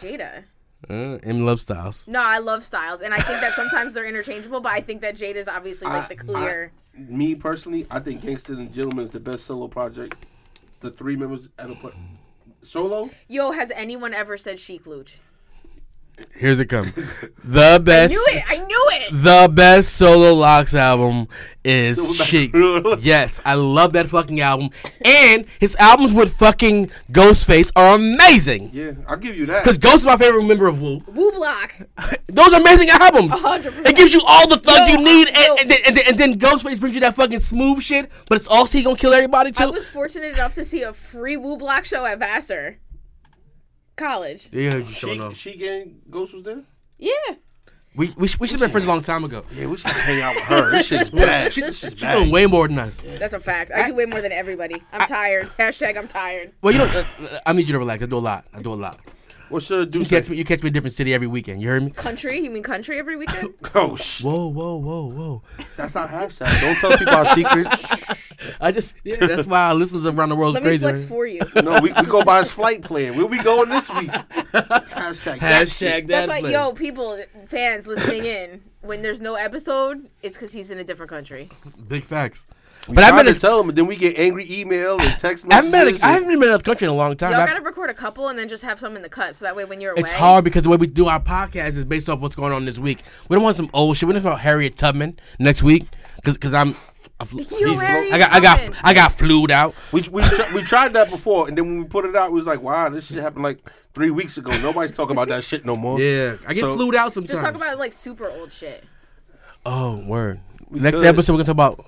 Speaker 5: Jada.
Speaker 2: Uh, M Love Styles.
Speaker 5: No, I love Styles, and I think that sometimes they're interchangeable, but I think that Jada's obviously like
Speaker 2: Uh,
Speaker 5: the clear.
Speaker 3: me personally, I think Gangsters and Gentlemen is the best solo project. The three members at a put solo.
Speaker 5: Yo, has anyone ever said Chic Luch?
Speaker 2: Here's it come. (laughs) The best.
Speaker 5: knew it. I knew it.
Speaker 2: The best solo locks album is
Speaker 3: Solo
Speaker 2: Shakes.
Speaker 3: Locks.
Speaker 2: yes, I love that fucking album. And his albums with fucking Ghostface are amazing.
Speaker 3: Yeah, I'll give you that.
Speaker 2: Because Ghost is my favorite member of Wu.
Speaker 5: Woo block.
Speaker 2: Those are amazing albums.
Speaker 5: 100%.
Speaker 2: It gives you all the thug
Speaker 5: Yo,
Speaker 2: you need, and,
Speaker 5: yo.
Speaker 2: and, then, and, then, and then Ghostface brings you that fucking smooth shit. But it's also he gonna kill everybody
Speaker 5: I
Speaker 2: too.
Speaker 5: was fortunate enough to see a free Woo block show at Vassar College.
Speaker 2: yeah, you showing
Speaker 3: She,
Speaker 2: off.
Speaker 3: she gang Ghost was there?
Speaker 5: Yeah.
Speaker 2: We we, sh- we should have been friends a long time ago.
Speaker 3: Yeah, we should hang out with her. This (laughs) shit's bad.
Speaker 2: She,
Speaker 3: This
Speaker 2: she's
Speaker 3: shit's
Speaker 2: doing
Speaker 3: bad.
Speaker 2: way more than us.
Speaker 5: That's a fact. I do way more than everybody. I'm tired. Hashtag I'm tired.
Speaker 2: Well, you know, uh, uh, I need you to relax. I do a lot. I do a lot.
Speaker 3: What's the dude
Speaker 2: You catch me, you catch me in a different city every weekend. You heard me?
Speaker 5: Country? You mean country every
Speaker 2: (laughs)
Speaker 5: weekend?
Speaker 3: Oh, shh.
Speaker 2: Whoa, whoa, whoa, whoa.
Speaker 3: That's our hashtag. Don't tell people our (laughs) secrets.
Speaker 2: I just yeah, that's why our listeners around the world is
Speaker 5: Let me
Speaker 2: crazy.
Speaker 5: flex
Speaker 2: right? (laughs)
Speaker 5: for you.
Speaker 3: No, we, we go by his flight plan. Where we going this (laughs) week? Hashtag. that shit.
Speaker 2: Hashtag
Speaker 5: That's
Speaker 2: that.
Speaker 5: why,
Speaker 2: place.
Speaker 5: yo, people, fans listening in, when there's no episode, it's because he's in a different country.
Speaker 2: Big facts. But I've
Speaker 3: Tried
Speaker 2: been
Speaker 3: to
Speaker 2: in,
Speaker 3: tell him, but then we get angry email and text
Speaker 2: I've
Speaker 3: messages.
Speaker 2: been in,
Speaker 3: and-
Speaker 2: I haven't been in another country in a long time.
Speaker 5: Y'all
Speaker 2: I-
Speaker 5: gotta record a couple and then just have some in the cut, so that way when you're away,
Speaker 2: It's hard because the way we do our podcast is based off what's going on this week. We don't want some old shit. We don't want Harriet Tubman next week because because I'm. I flew-
Speaker 5: You, Harriet
Speaker 2: I got I got
Speaker 5: Tubman.
Speaker 2: I got flued out.
Speaker 3: We we, tr- we tried that before, and then when we put it out, we was like, "Wow, this shit happened like three weeks ago. Nobody's talking about that shit no more."
Speaker 2: I get
Speaker 3: So-
Speaker 2: flued out sometimes.
Speaker 5: Just talk about like super old shit.
Speaker 2: oh word. Next
Speaker 3: could.
Speaker 2: episode we're gonna talk about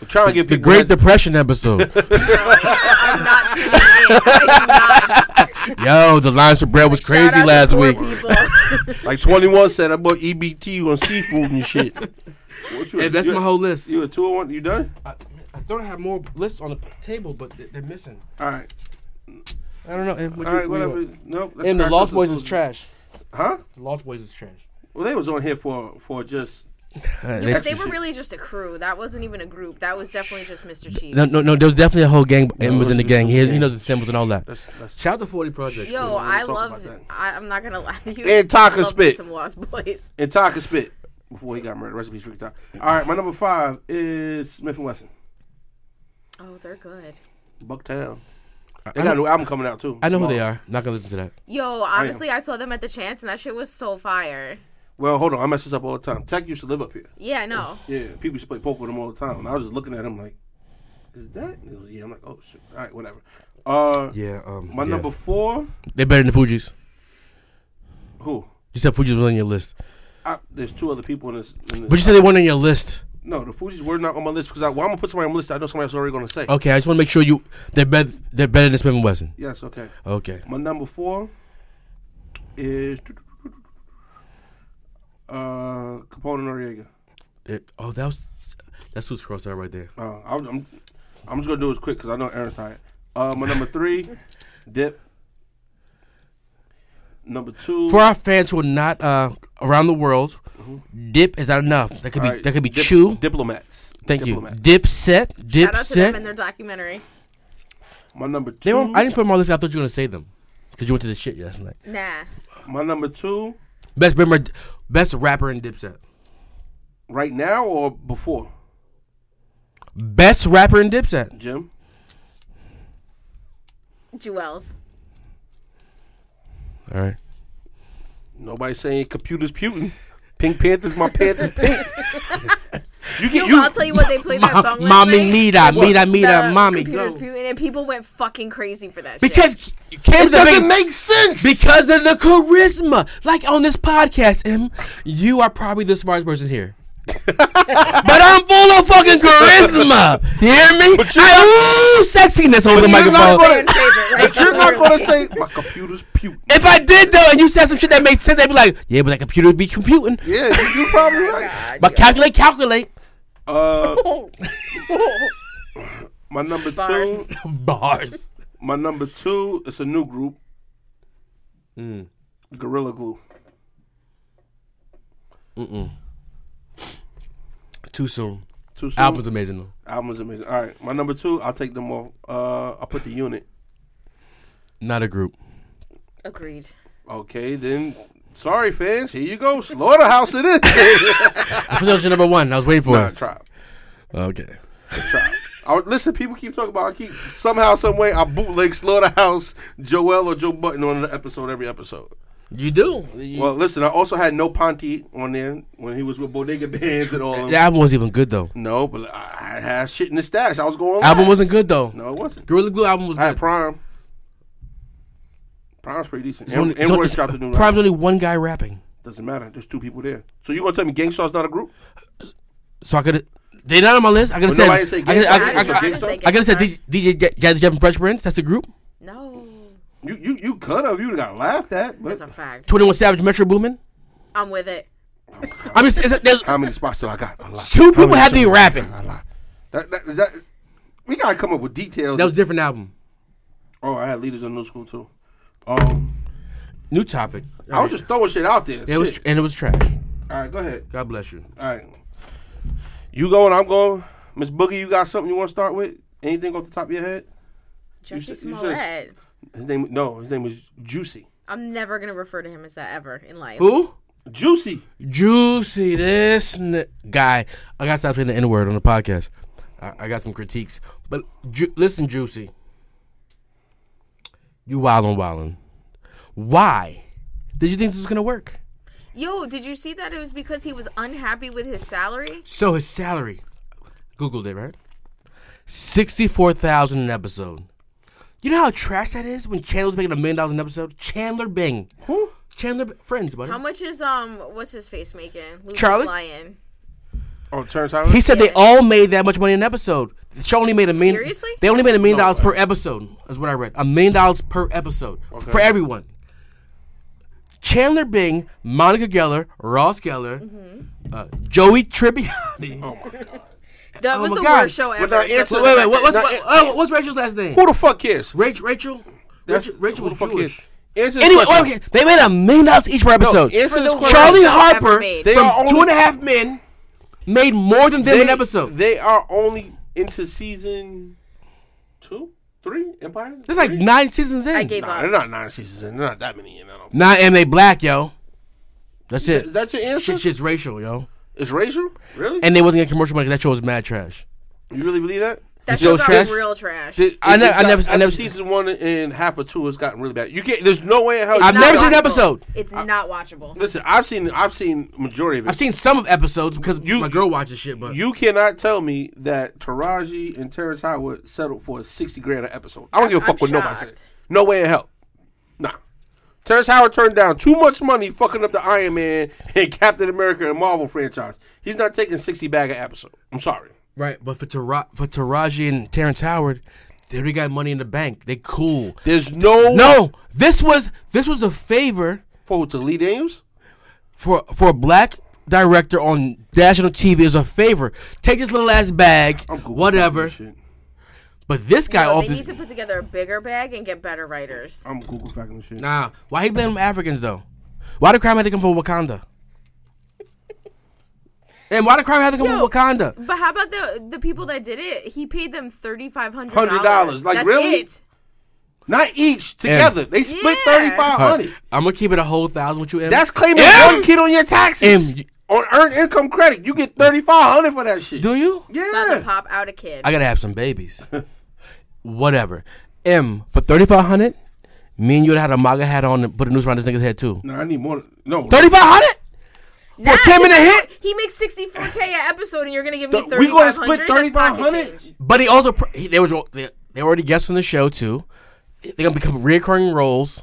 Speaker 3: We're trying to get
Speaker 2: the
Speaker 3: people.
Speaker 2: Great
Speaker 3: that-
Speaker 2: Depression (laughs) episode.
Speaker 5: I'm not tuning in. I'm not.
Speaker 2: (laughs) Yo, the lines for bread was
Speaker 5: Shout
Speaker 2: crazy
Speaker 5: out to
Speaker 2: last
Speaker 5: poor
Speaker 2: week. (laughs)
Speaker 5: people.
Speaker 3: like Twenty One said, I bought E EBT on seafood
Speaker 2: (laughs)
Speaker 3: and shit. What you-
Speaker 2: Yeah, that's
Speaker 3: you-
Speaker 2: my whole list.
Speaker 3: You a two on one? You done?
Speaker 2: I, I thought I had more lists on the table, but they- they're missing.
Speaker 3: All right,
Speaker 2: I don't know. And, what
Speaker 3: all
Speaker 2: you-
Speaker 3: right,
Speaker 2: what you-
Speaker 3: whatever. No, that's
Speaker 2: and the
Speaker 3: not-
Speaker 2: Lost Boys
Speaker 3: that's-
Speaker 2: is trash.
Speaker 3: Huh?
Speaker 2: The Lost Boys is trash.
Speaker 3: Well, they was on here for for just
Speaker 5: (laughs) But they were really just a crew. That wasn't even a group. That was definitely just Mr. Cheese.
Speaker 2: No, no, no. There was definitely a whole gang. It was in the
Speaker 3: it
Speaker 2: gang.
Speaker 3: was
Speaker 2: He,
Speaker 3: a
Speaker 2: he
Speaker 3: gang.
Speaker 2: knows the symbols and all that.
Speaker 3: that's that's.
Speaker 2: Shout out to Forty Project.
Speaker 5: Yo,
Speaker 3: we'll
Speaker 5: I
Speaker 3: talk
Speaker 5: love.
Speaker 3: about that.
Speaker 5: I, I'm not gonna lie (laughs) to you.
Speaker 3: And Taka
Speaker 5: I love
Speaker 3: Spit.
Speaker 5: Some Lost Boys.
Speaker 3: And Taka spit before he got murdered. Recipes freaked out. All right, my number five is Smith and Wesson,
Speaker 5: Oh, they're good.
Speaker 3: Bucktown. They got a new album coming out too.
Speaker 2: I know who they are. I'm not gonna listen to that.
Speaker 5: Yo, honestly, I, saw them at the Chance, and that shit was so fire.
Speaker 3: Well, hold on, I mess this up all the time. Tech used to live up here.
Speaker 5: Yeah, no.
Speaker 3: Yeah, people used to play poker with him all the time. And I was just looking at him like, is that? And he was, yeah, I'm like, oh, shit. All right, whatever. Uh,
Speaker 2: Yeah. Um.
Speaker 3: My number four,
Speaker 2: They're better than the Fugees.
Speaker 3: who?
Speaker 2: You said Fugees was on your list,
Speaker 3: I, there's two other people in this. In this
Speaker 2: but you said they weren't on your list.
Speaker 3: no, the Fugees were not on my list because I, well, I'm going to put somebody on my list I know somebody else already going to say.
Speaker 2: Okay, I just want to make sure you they're better. They're better than Smith and Wesson.
Speaker 3: Yes, okay.
Speaker 2: Okay.
Speaker 3: My number four is uh, Capone Noriega.
Speaker 2: They're- oh, that was that's who's crossed out right there.
Speaker 3: Uh, I'm, I'm, I'm just gonna do this quick because I know Aaron's tired. Uh, my number three, (laughs) Dip. Number two,
Speaker 2: For our fans who are not uh, around the world, dip is not enough. That could be
Speaker 3: all right,
Speaker 2: that could be
Speaker 3: Dip-
Speaker 2: chew.
Speaker 3: Diplomats.
Speaker 2: Thank you.
Speaker 3: Diplomats.
Speaker 2: Dip set. Dip
Speaker 5: Shout out to them and
Speaker 2: set.
Speaker 5: their documentary.
Speaker 3: My number two.
Speaker 2: They were I didn't put them on the list. I thought you were gonna say them because you went to the shit last night.
Speaker 5: Nah.
Speaker 3: my number two,
Speaker 2: Best member, best rapper in Dipset.
Speaker 3: right now or before,
Speaker 2: Best rapper in Dipset.
Speaker 3: Jim.
Speaker 5: Jewels.
Speaker 2: All right.
Speaker 3: Nobody saying computers putin. Pink Panthers, my
Speaker 2: (laughs)
Speaker 3: Panthers pink. you
Speaker 5: Yo,
Speaker 3: get you.
Speaker 5: I'll tell you what, they played that song last
Speaker 2: mommy
Speaker 5: night.
Speaker 2: need I need I need I
Speaker 5: The
Speaker 2: mommy
Speaker 5: Computers
Speaker 2: go.
Speaker 5: Putin, and people went fucking crazy for that shit.
Speaker 2: Because
Speaker 3: it
Speaker 2: Kim's a
Speaker 3: doesn't
Speaker 2: big,
Speaker 3: make sense.
Speaker 2: because of the charisma. Like on this podcast, M, you are probably the smartest person
Speaker 3: (laughs)
Speaker 2: here. but I'm full of fucking charisma. You hear me? I ooh sexiness over the
Speaker 3: you're not
Speaker 2: microphone.
Speaker 3: gonna-
Speaker 5: Fan favorite, right?
Speaker 3: but you're not gonna say my computer's putin.
Speaker 2: If I did though, and you said some shit that made sense, they'd be like, "Yeah, but that computer would be computing."
Speaker 3: Yeah, you- you're probably
Speaker 5: (laughs)
Speaker 3: right.
Speaker 2: But calculate, calculate.
Speaker 3: Uh,
Speaker 5: Oh.
Speaker 3: my number
Speaker 5: Bars.
Speaker 3: two.
Speaker 2: (laughs) Bars.
Speaker 3: My number two is a new group.
Speaker 2: Hmm.
Speaker 3: Gorilla Glue.
Speaker 2: Too soon.
Speaker 3: Too soon.
Speaker 2: Album's amazing though.
Speaker 3: Album's amazing. All right, my number two. I'll take them off. Uh, I'll put the unit.
Speaker 2: Not a group.
Speaker 5: Agreed.
Speaker 3: Okay, then. Sorry, fans. Here you go. Slaughterhouse it is.
Speaker 2: I
Speaker 3: (laughs)
Speaker 2: thought that was your number one. I was waiting for
Speaker 3: nah,
Speaker 2: it.
Speaker 3: tribe.
Speaker 2: Okay.
Speaker 3: Tribe. I, listen, people keep talking about. I keep somehow, some way, I bootleg Slaughterhouse, Joel or Joe Button on an episode every episode.
Speaker 2: You do. You-
Speaker 3: Well, listen, I also had No Ponte on there when he was with Bodega Bands and all. Them.
Speaker 2: the album wasn't even good though.
Speaker 3: No, but I, I had shit in the stash. I was going.
Speaker 2: Album
Speaker 3: last.
Speaker 2: wasn't good though.
Speaker 3: No, it wasn't.
Speaker 2: Gorilla Glue album was
Speaker 3: I had
Speaker 2: good.
Speaker 3: Prime. Prime's pretty decent.
Speaker 2: It's only-
Speaker 3: And,
Speaker 2: it's
Speaker 3: and
Speaker 2: only-
Speaker 3: Words
Speaker 2: it's-
Speaker 3: dropped a new
Speaker 2: Prime's
Speaker 3: album.
Speaker 2: only one guy rapping.
Speaker 3: Doesn't matter. There's two people there. So you gonna tell me Gangstar's not a group?
Speaker 2: So I could. They're not on my list. I could
Speaker 3: But
Speaker 2: have said.
Speaker 3: nobody say
Speaker 2: I coulda- I-
Speaker 3: Gangstar.
Speaker 2: I- I-
Speaker 5: I
Speaker 3: So
Speaker 5: coulda-
Speaker 3: Gangstar-
Speaker 5: I coulda-
Speaker 2: I could have said DJ, DJ J- Jazzy Jeff and Fresh Prince. That's a group.
Speaker 5: No,
Speaker 3: You you you could have. You would have got laughed at. But
Speaker 5: that's a fact.
Speaker 2: Twenty One Savage, Metro Boomin.
Speaker 5: I'm with it.
Speaker 2: I mean, it's, it's, there's
Speaker 3: how many spots do I got? A lot.
Speaker 2: Two
Speaker 3: How
Speaker 2: people
Speaker 3: many
Speaker 2: had to be
Speaker 3: shows do I got?
Speaker 2: rapping.
Speaker 3: A lot. That, that, is that, we gotta come up with details.
Speaker 2: that was a different album.
Speaker 3: oh, I had leaders in new school too. Um,
Speaker 2: New topic.
Speaker 3: I was just throwing shit out there.
Speaker 2: It was
Speaker 3: Shit.
Speaker 2: and it was trash.
Speaker 3: All right, go ahead.
Speaker 2: God bless you.
Speaker 3: All right. You going, I'm going. Miss Boogie, you got something you want to start with? Anything off the top of your head?
Speaker 5: Jesse
Speaker 3: said- you said-
Speaker 5: Smollett.
Speaker 3: His name, no, his name was Juicy.
Speaker 5: I'm never gonna refer to him as that ever in life.
Speaker 2: Who?
Speaker 3: Juicy.
Speaker 2: Juicy, this n- guy. I gotta stop saying the N word on the podcast. I, I got some critiques, but ju- listen, Juicy, you wildin' wildin'. Why did you think this was gonna work?
Speaker 5: Yo, did you see that? It was because he was unhappy with his salary.
Speaker 2: So his salary, Googled it, right? Sixty-four thousand an episode. You know how trash that is when Chandler's making a million dollars an episode. Chandler Bing, who? Chandler B- Friends, buddy.
Speaker 5: How much is um what's his face making? Lucas
Speaker 2: Charlie?
Speaker 5: Lyon.
Speaker 3: Oh, turns out.
Speaker 2: He said they all made that much money an episode. The show only made a million.
Speaker 5: Seriously?
Speaker 2: They only made a million dollars per episode. Is what I read. A million dollars per episode for everyone. Chandler Bing, Monica Geller, Ross Geller,
Speaker 5: Mm-hmm.
Speaker 2: uh, Joey
Speaker 3: (laughs)
Speaker 2: Tribbiani.
Speaker 5: That
Speaker 2: Oh
Speaker 5: was
Speaker 2: my
Speaker 5: the
Speaker 2: God.
Speaker 5: worst show ever.
Speaker 3: Without
Speaker 5: That's
Speaker 3: answer-
Speaker 5: what-
Speaker 2: wait, wait, what, what's,
Speaker 3: Now,
Speaker 2: what,
Speaker 3: it-
Speaker 2: oh, what's Rachel's last name?
Speaker 3: Who the fuck cares?
Speaker 2: Rachel. Rachel, Rachel, Rachel was Jewish.
Speaker 3: Answer this
Speaker 2: Anyway,
Speaker 3: question.
Speaker 2: okay, they made a million dollars each per episode.
Speaker 3: answer For this the question.
Speaker 2: Charlie
Speaker 5: worst show ever
Speaker 2: Harper
Speaker 5: made.
Speaker 3: They are
Speaker 2: from
Speaker 3: only-
Speaker 2: Two and a Half Men made more than them an episode.
Speaker 3: They are only into season two, three. Empire.
Speaker 2: They're like
Speaker 3: Three?
Speaker 2: nine seasons in.
Speaker 5: I gave
Speaker 3: Nah,
Speaker 5: up.
Speaker 3: they're not nine seasons in. They're not that many in. I don't.
Speaker 2: Not M.A. Black, yo. That's it.
Speaker 3: Is that your answer?
Speaker 2: Shit, shit's racial, yo.
Speaker 3: It's racial. Really?
Speaker 2: And they wasn't getting commercial money. 'cause That show was mad trash.
Speaker 3: you really believe that?
Speaker 5: That
Speaker 2: The show's
Speaker 5: show got
Speaker 2: trash?
Speaker 5: real trash.
Speaker 3: It-
Speaker 2: I
Speaker 3: it's
Speaker 2: never- I
Speaker 3: got-
Speaker 2: never- I
Speaker 3: after
Speaker 2: never-
Speaker 3: Season one and half of two has gotten really bad. You can't. There's no way in hell.
Speaker 2: I've
Speaker 5: Not
Speaker 2: never seen an
Speaker 5: watchable.
Speaker 2: episode.
Speaker 5: It's not watchable.
Speaker 3: Listen, I've seen. I've seen majority of it.
Speaker 2: I've seen some of episodes because
Speaker 3: You-
Speaker 2: my girl watches shit, but
Speaker 3: you cannot tell me that Taraji and Terrence Howard settled for sixty grand an episode. I don't give a fuck what
Speaker 5: I'm
Speaker 3: nobody
Speaker 5: shocked.
Speaker 3: said. No way in hell. Nah. Terrence Howard turned down too much money fucking up the Iron Man (laughs) and Captain America and Marvel franchise. He's not taking sixty bag an episode. I'm sorry.
Speaker 2: right. But for Tara- for Taraji and Terrence Howard, they already got money in the bank. They cool.
Speaker 3: There's no
Speaker 2: No, this was this was a favor
Speaker 3: for to Lee Daniels.
Speaker 2: for for a black director on national TV. Is a favor. Take this little ass bag,
Speaker 3: I'm Googling
Speaker 2: whatever.
Speaker 3: this shit.
Speaker 2: But this guy
Speaker 5: No,
Speaker 2: off
Speaker 5: they
Speaker 2: the
Speaker 5: need to put together a bigger bag and get better writers.
Speaker 3: I'm Google fucking this shit.
Speaker 2: nah. Why he blame Africans though? Why the crime had to come from Wakanda? And why the crime had to come
Speaker 5: Yo,
Speaker 2: from Wakanda?
Speaker 5: But how about the the people that did it? He paid them thirty five hundred
Speaker 3: $100, like,
Speaker 5: That's
Speaker 3: really?
Speaker 5: It.
Speaker 3: Not each together. They split
Speaker 5: Yeah.
Speaker 3: thirty five hundred.
Speaker 2: I'm gonna keep it a whole thousand with you. Em.
Speaker 3: That's claiming
Speaker 2: Em!
Speaker 3: one kid on your taxes.
Speaker 2: Em.
Speaker 3: On earned income credit, you get thirty five hundred for that shit.
Speaker 2: Do you?
Speaker 5: About
Speaker 3: yeah.
Speaker 5: to pop out a kid.
Speaker 2: I gotta have some babies. Whatever. M for thirty five hundred. Me and you would have had a MAGA hat on and put a noose around this nigga's head too.
Speaker 3: No, I need more. No,
Speaker 2: Thirty five hundred.
Speaker 5: Nah,
Speaker 2: for 10
Speaker 5: he-
Speaker 2: minute hit?
Speaker 5: He makes sixty four k an episode, and you're gonna give me
Speaker 3: Th- we
Speaker 5: thirty
Speaker 3: gonna
Speaker 5: five
Speaker 3: split
Speaker 5: hundred. That's pocket
Speaker 3: 3,500?
Speaker 5: change.
Speaker 2: But he also pr- he, they was they, they already guests on the show too. They're gonna become reoccurring roles.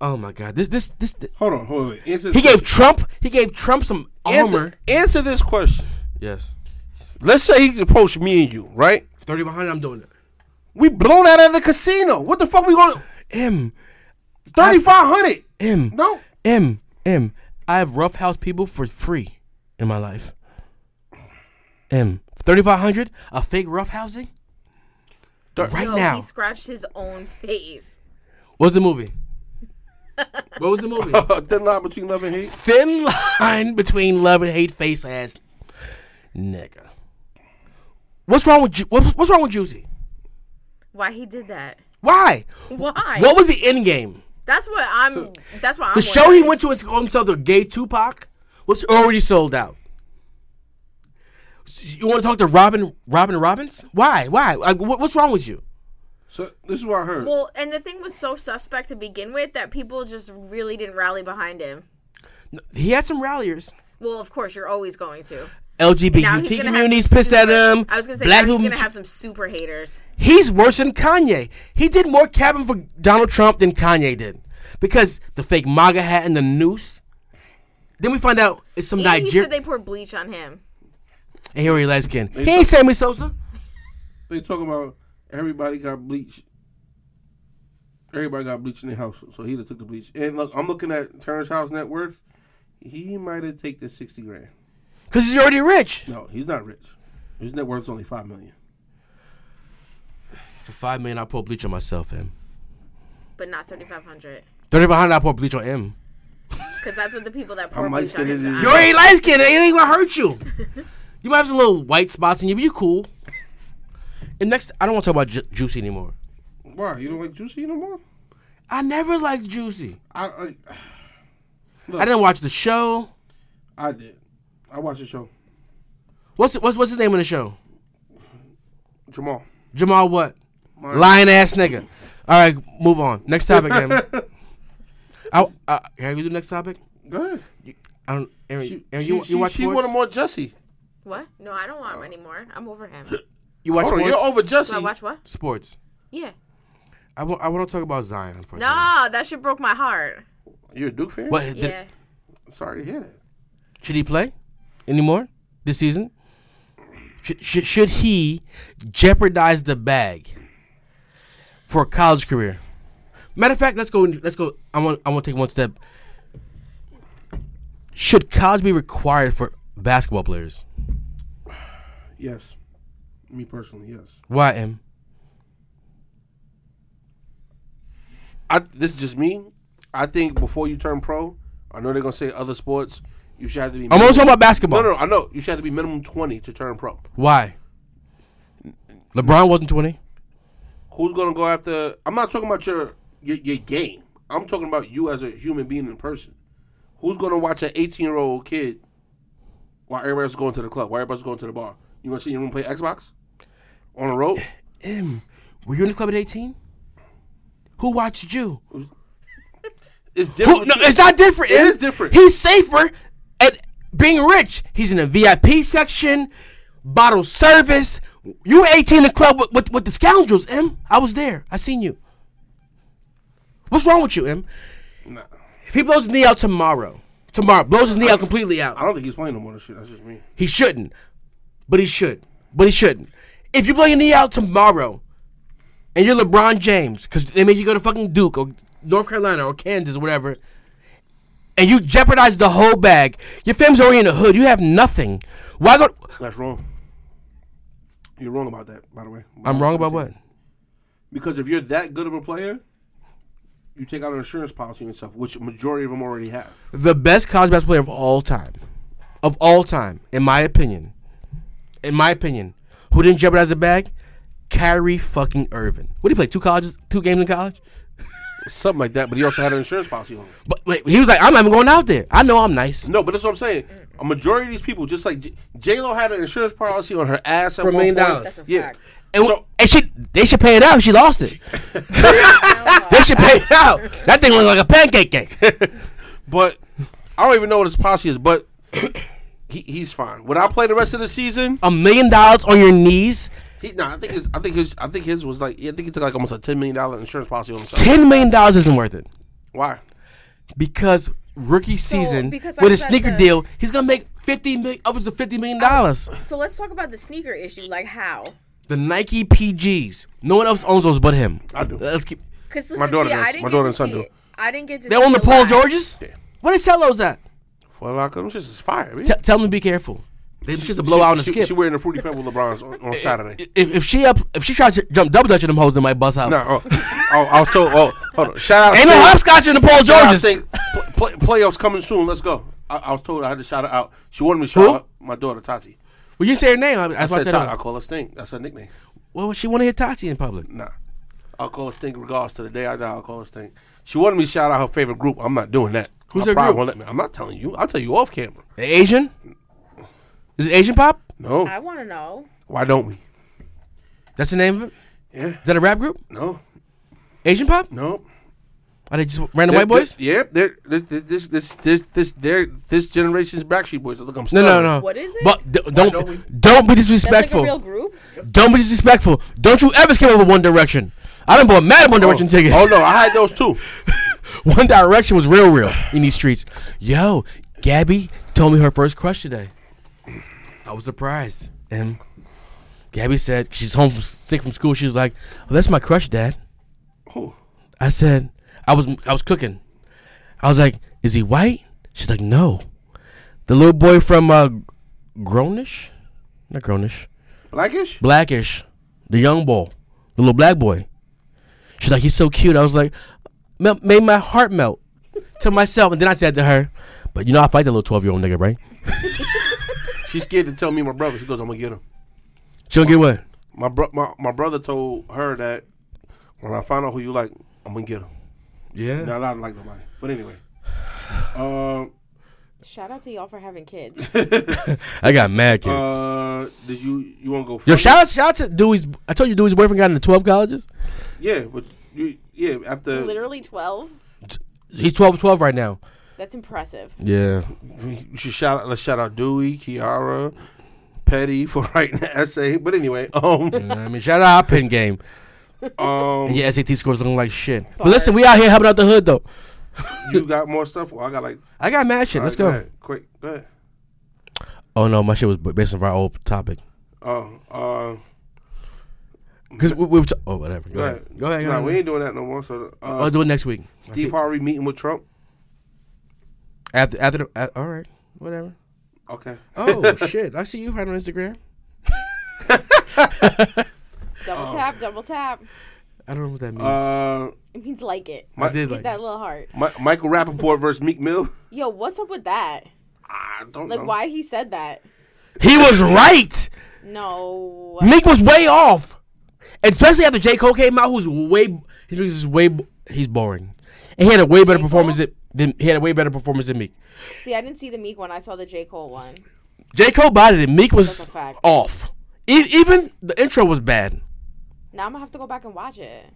Speaker 2: Oh my god! This this this. th-
Speaker 3: Hold on, hold on. wait. Answer
Speaker 2: he
Speaker 3: this
Speaker 2: gave Trump. He gave Trump some
Speaker 3: question.
Speaker 2: armor.
Speaker 3: Answer, answer this question.
Speaker 2: Yes.
Speaker 3: Let's say he approached me and you, right?
Speaker 2: Thirty five hundred. I'm doing it.
Speaker 3: We blown out of the casino. What the fuck we gonna
Speaker 2: M
Speaker 3: thirty five hundred?
Speaker 2: M
Speaker 3: No.
Speaker 2: M M. I have roughhouse people for free in my life. M thirty five hundred. A fake roughhousing. right
Speaker 5: No,
Speaker 2: now.
Speaker 5: he scratched his own face.
Speaker 2: What's the movie? what was the movie?
Speaker 3: Thin line Uh, between love and hate.
Speaker 2: Thin line between love and hate, face ass nigga. What's wrong with Ju- what's, what's wrong with Juicy?
Speaker 5: Why he did that?
Speaker 2: Why?
Speaker 5: Why?
Speaker 2: What was the end game?
Speaker 5: that's what I'm. that's why I'm.
Speaker 2: The show he went to is called himself the Gay Tupac was already sold out. You want to talk to Robin Robin Robbins? Why? Why? Like, what, what's Uh, wrong with you?
Speaker 3: So this is what I heard.
Speaker 5: Well, and the thing was so suspect to begin with that people just really didn't rally behind him.
Speaker 2: He had some ralliers.
Speaker 5: Well, of course, you're always going to. Now
Speaker 2: LGBTQ
Speaker 5: he's gonna have
Speaker 2: communities
Speaker 5: some
Speaker 2: pissed at
Speaker 5: super-
Speaker 2: him.
Speaker 5: I was gonna say
Speaker 2: black
Speaker 5: now he's
Speaker 2: people.
Speaker 5: gonna have some super haters.
Speaker 2: he's worse than Kanye. He did more capping for Donald Trump than Kanye did because the fake MAGA hat and the noose. Then we find out it's some
Speaker 5: And he said
Speaker 2: Nigerian.
Speaker 5: they poured bleach on him.
Speaker 2: And here he lesbian. He ain't Sammy Sosa.
Speaker 3: they talking about everybody got bleach. Everybody got bleach in their house, so he done took the bleach. And look, I'm looking at Turner's house net worth. He might have taken sixty grand.
Speaker 2: Because he's already rich.
Speaker 3: No, he's not rich. His net worth's only five million.
Speaker 2: For five million, I pour bleach on myself, him.
Speaker 5: But not 3,500.
Speaker 2: Thirty-five hundred, I pour bleach on him.
Speaker 5: Because that's what the people that pour
Speaker 3: I'm
Speaker 5: bleach on
Speaker 3: light-skinned
Speaker 5: him.
Speaker 3: as
Speaker 5: got.
Speaker 3: you-
Speaker 2: You ain't light skinned. It ain't gonna hurt you. You might have some little white spots in you, but you cool. And next, I don't want to talk about Ju- Juicy anymore.
Speaker 3: Why you don't like Juicy no more?
Speaker 2: I never liked Juicy.
Speaker 3: I I,
Speaker 2: I didn't watch the show.
Speaker 3: I did. I watched the show.
Speaker 2: What's what's what's his name on the show?
Speaker 3: Jamal.
Speaker 2: Jamal what? Lion ass nigga. All right, move on. Next topic, Em.
Speaker 3: (laughs)
Speaker 2: I, uh, can we do next topic?
Speaker 3: Go ahead.
Speaker 2: I don't. Aaron,
Speaker 3: She,
Speaker 2: Aaron
Speaker 3: she,
Speaker 2: you,
Speaker 3: she,
Speaker 2: you watch
Speaker 3: she
Speaker 2: sports?
Speaker 3: wanted more Jesse.
Speaker 5: What? No, I don't want
Speaker 3: Oh.
Speaker 5: him anymore. I'm over
Speaker 3: (clears throat)
Speaker 5: him.
Speaker 2: You watch
Speaker 3: Hold on,
Speaker 2: sports?
Speaker 3: you're over
Speaker 5: Do I
Speaker 3: Jesse.
Speaker 5: watch what?
Speaker 2: sports.
Speaker 5: Yeah.
Speaker 2: I want. I want to talk about Zion. Unfortunately.
Speaker 5: No, that shit broke my heart.
Speaker 3: You're a Duke fan.
Speaker 2: What? did-
Speaker 5: Yeah.
Speaker 3: Sorry to hear that.
Speaker 2: Should he play anymore this season? Should, should, should he jeopardize the bag for a college career? Matter of fact, let's go. Let's go. I want. I want to take one step. Should college be required for basketball players?
Speaker 3: Yes. Me personally, yes.
Speaker 2: Why am?
Speaker 3: I, this is just me. I think before you turn pro, I know they're gonna say other sports. You should have to be.
Speaker 2: I'm only
Speaker 3: minimum-
Speaker 2: talking about basketball.
Speaker 3: no, no, no, I know. You should have to be minimum twenty to turn pro.
Speaker 2: Why? LeBron wasn't 20.
Speaker 3: Who's gonna go after? I'm not talking about your your, your game. I'm talking about you as a human being in person. Who's gonna watch an 18 year old kid while everybody's going to the club, while everybody's going to the bar? You gonna see your room play Xbox on the road?
Speaker 2: Em, were you in the club at 18? Who watched you?
Speaker 3: It's
Speaker 2: Who,
Speaker 3: different.
Speaker 2: no, it's not different.
Speaker 3: It
Speaker 2: Em.
Speaker 3: is different.
Speaker 2: He's safer at being rich. He's in the VIP section, bottle service. You 18 in the club with, with, with the scoundrels, Em. I was there. I seen you. What's wrong with you, Em?
Speaker 3: Nah,
Speaker 2: If he blows his knee out tomorrow, tomorrow, blows his knee out completely out.
Speaker 3: I don't think he's playing no more. This shit. That's just me.
Speaker 2: He shouldn't. But he should. But he shouldn't. If you blow your knee out tomorrow and you're LeBron James, because they made you go to fucking Duke or North Carolina or Kansas or whatever, and you jeopardize the whole bag, your family's already in the hood. You have nothing. Why go.
Speaker 3: That's wrong. You're wrong about that, by the way.
Speaker 2: I'm wrong about what?
Speaker 3: Because if you're that good of a player, you take out an insurance policy on yourself, which majority of them already have.
Speaker 2: The best college basketball player of all time. Of all time, in my opinion. In my opinion. Who didn't jeopardize the bag? Kyrie fucking Irvin. What did he play? Two colleges, two games in college?
Speaker 3: Something like that, but he also had an insurance policy on him.
Speaker 2: But wait, he was like, I'm not even going out there. I know I'm nice.
Speaker 3: No, but that's what I'm saying. A majority of these people, just like J- J-Lo had an insurance policy on her ass at
Speaker 2: For a
Speaker 3: one
Speaker 2: million
Speaker 3: point.
Speaker 2: dollars. That's
Speaker 5: a
Speaker 3: yeah.
Speaker 5: fact.
Speaker 2: And,
Speaker 3: So-
Speaker 2: and she, they should pay it out. She lost
Speaker 5: (laughs)
Speaker 2: it. they should pay it out. That thing looked like a pancake cake.
Speaker 3: But I don't even know what his policy is, but (coughs) he, he's fine. Would I play the rest of the season?
Speaker 2: a million dollars on your knees.
Speaker 3: He, no, I think his I think his I think his was like I think he took like almost a ten million dollar insurance policy on himself.
Speaker 2: Ten million dollars isn't worth it
Speaker 3: Why?
Speaker 2: because rookie season
Speaker 5: because I
Speaker 2: with a
Speaker 5: was at
Speaker 2: sneaker
Speaker 5: the-
Speaker 2: deal, he's gonna make fifty million upwards of fifty million dollars.
Speaker 5: So let's talk about the sneaker issue. Like how?
Speaker 2: The Nike PGs. No one else owns those but him.
Speaker 3: I do.
Speaker 2: Let's keep.
Speaker 5: Because
Speaker 3: My daughter
Speaker 5: see,
Speaker 3: does.
Speaker 5: I didn't
Speaker 3: My
Speaker 5: get
Speaker 3: daughter
Speaker 5: to
Speaker 3: and son
Speaker 5: see
Speaker 3: do.
Speaker 5: it. I didn't get to.
Speaker 2: They
Speaker 5: see
Speaker 2: own the
Speaker 5: it
Speaker 2: Paul
Speaker 5: live.
Speaker 2: Georges.
Speaker 3: Yeah.
Speaker 2: Where they sell those at?
Speaker 3: For a lot of them, shit is fire. man.
Speaker 2: T- tell them to be careful. They just a blowout and a
Speaker 3: she,
Speaker 2: skip.
Speaker 3: She wearing the fruity pebble LeBrons on, on Saturday.
Speaker 2: if, if she up, if she tries to jump double dutch in them hoes, they might bust out.
Speaker 3: No, oh, oh, I was told. Oh, hold on. Shout out.
Speaker 2: Ain't no
Speaker 3: Sting.
Speaker 2: hopscotch in the Paul
Speaker 3: Shout out
Speaker 2: Georges.
Speaker 3: Sting. Play, play, playoffs coming soon. Let's go. I, I was told I had to shout her out. She wanted me to shout
Speaker 2: Who?
Speaker 3: out my daughter Tati.
Speaker 2: Well, you say her name. I, I, I
Speaker 3: I
Speaker 2: said,
Speaker 3: said Tati. I
Speaker 2: said
Speaker 3: call her Sting. That's her nickname.
Speaker 2: well, she want to hear Tati in public.
Speaker 3: Nah, I'll call her Sting. Regards to the day I die, I'll call her Sting. She wanted me to shout out her favorite group. I'm not doing that.
Speaker 2: Who's
Speaker 3: her
Speaker 2: her group?
Speaker 3: Won't let me. I'm not telling you. I'll tell you off camera.
Speaker 2: Asian? Is it Asian Pop?
Speaker 3: No.
Speaker 5: I want to know.
Speaker 3: Why don't we?
Speaker 2: That's the name of it.
Speaker 3: Yeah.
Speaker 2: Is that a rap group?
Speaker 3: No.
Speaker 2: Asian pop?
Speaker 3: No.
Speaker 2: Are they just random white
Speaker 3: They're-
Speaker 2: boys?
Speaker 3: they're- Yep. They're this this this this this this, they're, this generation's Backstreet Boys. Look, I'm
Speaker 2: No, no, no.
Speaker 5: What is it?
Speaker 2: But d-
Speaker 3: don't we-
Speaker 2: don't don't be
Speaker 5: That's like a
Speaker 2: disrespectful.
Speaker 5: real group.
Speaker 2: Don't be disrespectful. Don't you ever skip over One Direction. I done bought mad One Direction tickets.
Speaker 3: Oh no, I had those too.
Speaker 2: One Direction was real, real in these streets. Yo, Gabby told me her first crush today. I was surprised. And Gabby said she's home from, sick from school. She was like, "Oh, that's my crush, Dad."
Speaker 3: Who?
Speaker 2: I said, "I was I was cooking." I was like, "Is he white?" She's like, "No." The little boy from uh, Grownish, not Grownish,
Speaker 3: Blackish?
Speaker 2: Blackish, the young boy, the little black boy. She's like, he's so cute. I was like, melt, made my heart melt to myself. And then I said to her, but you know, I fight that little 12 year old nigga, right?
Speaker 3: She's scared to tell me my brother. She goes, I'm gonna get him.
Speaker 2: She don't get what?
Speaker 3: My bro, my, my brother told her that when I find out who you like, I'm gonna get him.
Speaker 2: Yeah.
Speaker 3: Not allowed to like nobody. But anyway, um,
Speaker 5: Shout out to y'all for having kids.
Speaker 2: I got mad kids.
Speaker 3: uh, did you you want to go?
Speaker 2: Yo,
Speaker 3: first?
Speaker 2: shout out, shout out to Dewey's. I told you Dewey's boyfriend got into 12 colleges.
Speaker 3: Yeah, but you, yeah, after
Speaker 5: Literally 12.
Speaker 2: He's 12 12 right now.
Speaker 5: That's impressive.
Speaker 2: Yeah.
Speaker 3: you should shout out. Let's shout out Dewey, Kiara, Petty (laughs) for writing the essay. But anyway, (laughs) um,
Speaker 2: I mean, shout out our pin game.
Speaker 3: um,
Speaker 2: And your SAT scores looking like shit. But listen, we out here helping out the hood, though.
Speaker 3: you got more stuff. Well, I got like.
Speaker 2: I got mad shit. Let's
Speaker 3: Alright,
Speaker 2: go.
Speaker 3: ahead. Quick, go ahead.
Speaker 2: Oh, no, my shit was b- based off our old topic.
Speaker 3: Oh, uh,
Speaker 2: Because we, we were. T- oh, whatever. Go,
Speaker 3: go
Speaker 2: ahead.
Speaker 3: ahead.
Speaker 2: Go ahead. go
Speaker 3: Nah,
Speaker 2: ahead.
Speaker 3: we ain't doing that no more. So, uh,
Speaker 2: I'll do it next week.
Speaker 3: Steve Harvey meeting with Trump.
Speaker 2: After, after the, a- all right, whatever.
Speaker 3: Okay.
Speaker 2: (laughs) Oh shit! I see you right on Instagram.
Speaker 5: Double tap, double tap.
Speaker 2: I don't know what that means.
Speaker 3: Uh,
Speaker 5: It means like it.
Speaker 2: I did
Speaker 5: Hit
Speaker 2: like.
Speaker 5: that little heart.
Speaker 3: Mi- Michael Rappaport versus Meek Mill. (laughs)
Speaker 5: Yo, what's up with that?
Speaker 3: I don't
Speaker 5: Like,
Speaker 3: know.
Speaker 5: why he said that?
Speaker 2: He was right.
Speaker 5: No.
Speaker 2: Meek was way off, especially after J Cole came out, who's way he was just way bo- he's boring, and he had a way better performance than, than he had a way better performance than Meek.
Speaker 5: See, I didn't see the Meek one. I saw the J. Cole one.
Speaker 2: J Cole bodied it. Meek
Speaker 5: That's
Speaker 2: was
Speaker 5: a fact.
Speaker 2: off. E- even the intro was bad.
Speaker 5: Now I'm gonna have to go back and watch it.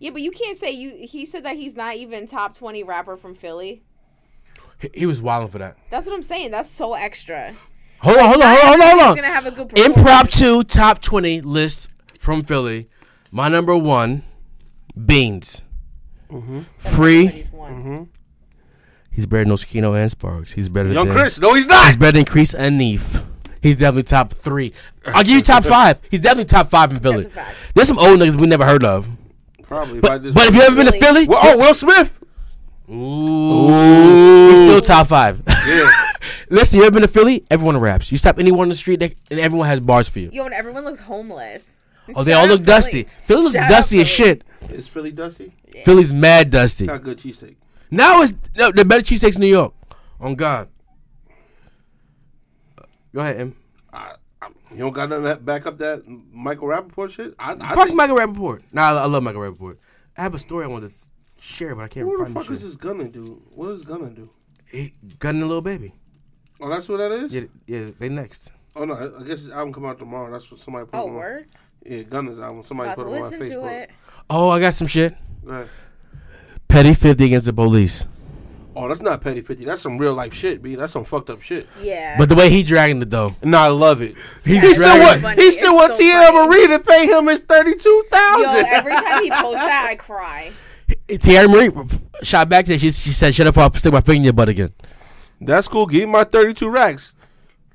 Speaker 5: Yeah, but you can't say you. He said that he's not even top twenty rapper from Philly.
Speaker 2: He, he was wilding for that.
Speaker 5: That's what I'm saying. That's so extra.
Speaker 2: Hold on, hold on, hold on,
Speaker 5: He's
Speaker 2: hold on.
Speaker 5: gonna have a good performance.
Speaker 2: Impromptu top 20 list from Philly. My number one, Beans.
Speaker 3: Mm-hmm.
Speaker 2: Free.
Speaker 5: He's one.
Speaker 2: He's better than Oskino and Sparks. He's better
Speaker 3: Young
Speaker 2: than
Speaker 3: Chris? No, he's
Speaker 2: He's
Speaker 3: not.
Speaker 2: better than Crease and Neef. He's definitely top three. I'll give you top five. He's definitely top five in Philly.
Speaker 5: That's a fact.
Speaker 2: There's some old niggas we never heard of.
Speaker 3: Probably. I
Speaker 2: But,
Speaker 3: just-
Speaker 2: but if you ever been to Philly,
Speaker 3: Well, oh, Will Smith.
Speaker 2: ooh, he's still top five.
Speaker 3: Yeah.
Speaker 2: (laughs) Listen, you ever been to Philly? Everyone raps. You stop anyone on the street, they, and everyone has bars for you.
Speaker 5: Yo, and everyone looks homeless.
Speaker 2: Oh, they
Speaker 5: Shout
Speaker 2: all
Speaker 5: out
Speaker 2: look
Speaker 5: Philly.
Speaker 2: dusty. Philly looks
Speaker 5: Shout out
Speaker 2: dusty as
Speaker 5: Philly.
Speaker 2: shit.
Speaker 3: Is Philly dusty?
Speaker 2: Philly's mad dusty.
Speaker 3: Got good cheesesteak.
Speaker 2: Now it's no, the better cheesesteaks in New York. On God. Go ahead, M.
Speaker 3: I, I, Um, you don't got none of that back up that Michael Rappaport shit. I, I
Speaker 2: Fuck
Speaker 3: think,
Speaker 2: Michael Rappaport. Nah, I, I love Michael Rappaport. I have a story I wanted to share, but I can't
Speaker 3: Who the
Speaker 2: find the
Speaker 3: fuck
Speaker 2: shit.
Speaker 3: is this gonna do? What is gonna do?
Speaker 2: He gunning a little baby.
Speaker 3: Oh, that's what that is.
Speaker 2: Yeah, yeah, they next.
Speaker 3: Oh no, I I guess his album come out tomorrow. That's what somebody put
Speaker 5: Oh,
Speaker 3: on.
Speaker 5: word.
Speaker 3: Yeah, Gunner's album. Somebody
Speaker 5: About
Speaker 3: put
Speaker 5: to
Speaker 3: it on my
Speaker 5: listen to
Speaker 3: Facebook.
Speaker 5: it.
Speaker 2: Oh, I got some shit.
Speaker 3: Go ahead.
Speaker 2: Petty fifty against the police.
Speaker 3: Oh, that's not petty fifty. That's some real life shit, b. That's some fucked up shit.
Speaker 5: Yeah.
Speaker 2: But the way he dragging it though,
Speaker 3: And I love it.
Speaker 2: he's
Speaker 5: it's
Speaker 2: dragging.
Speaker 5: funny.
Speaker 2: it.
Speaker 5: He It's still wants so Tiara funny.
Speaker 3: Marie to pay him his thirty two
Speaker 5: Yo, every time he posts that,
Speaker 3: (laughs)
Speaker 5: I cry.
Speaker 2: Tiara Marie shot back there. She, she said, "Shut up, or I'll stick my finger in your butt again."
Speaker 3: That's cool. Give me my thirty two racks.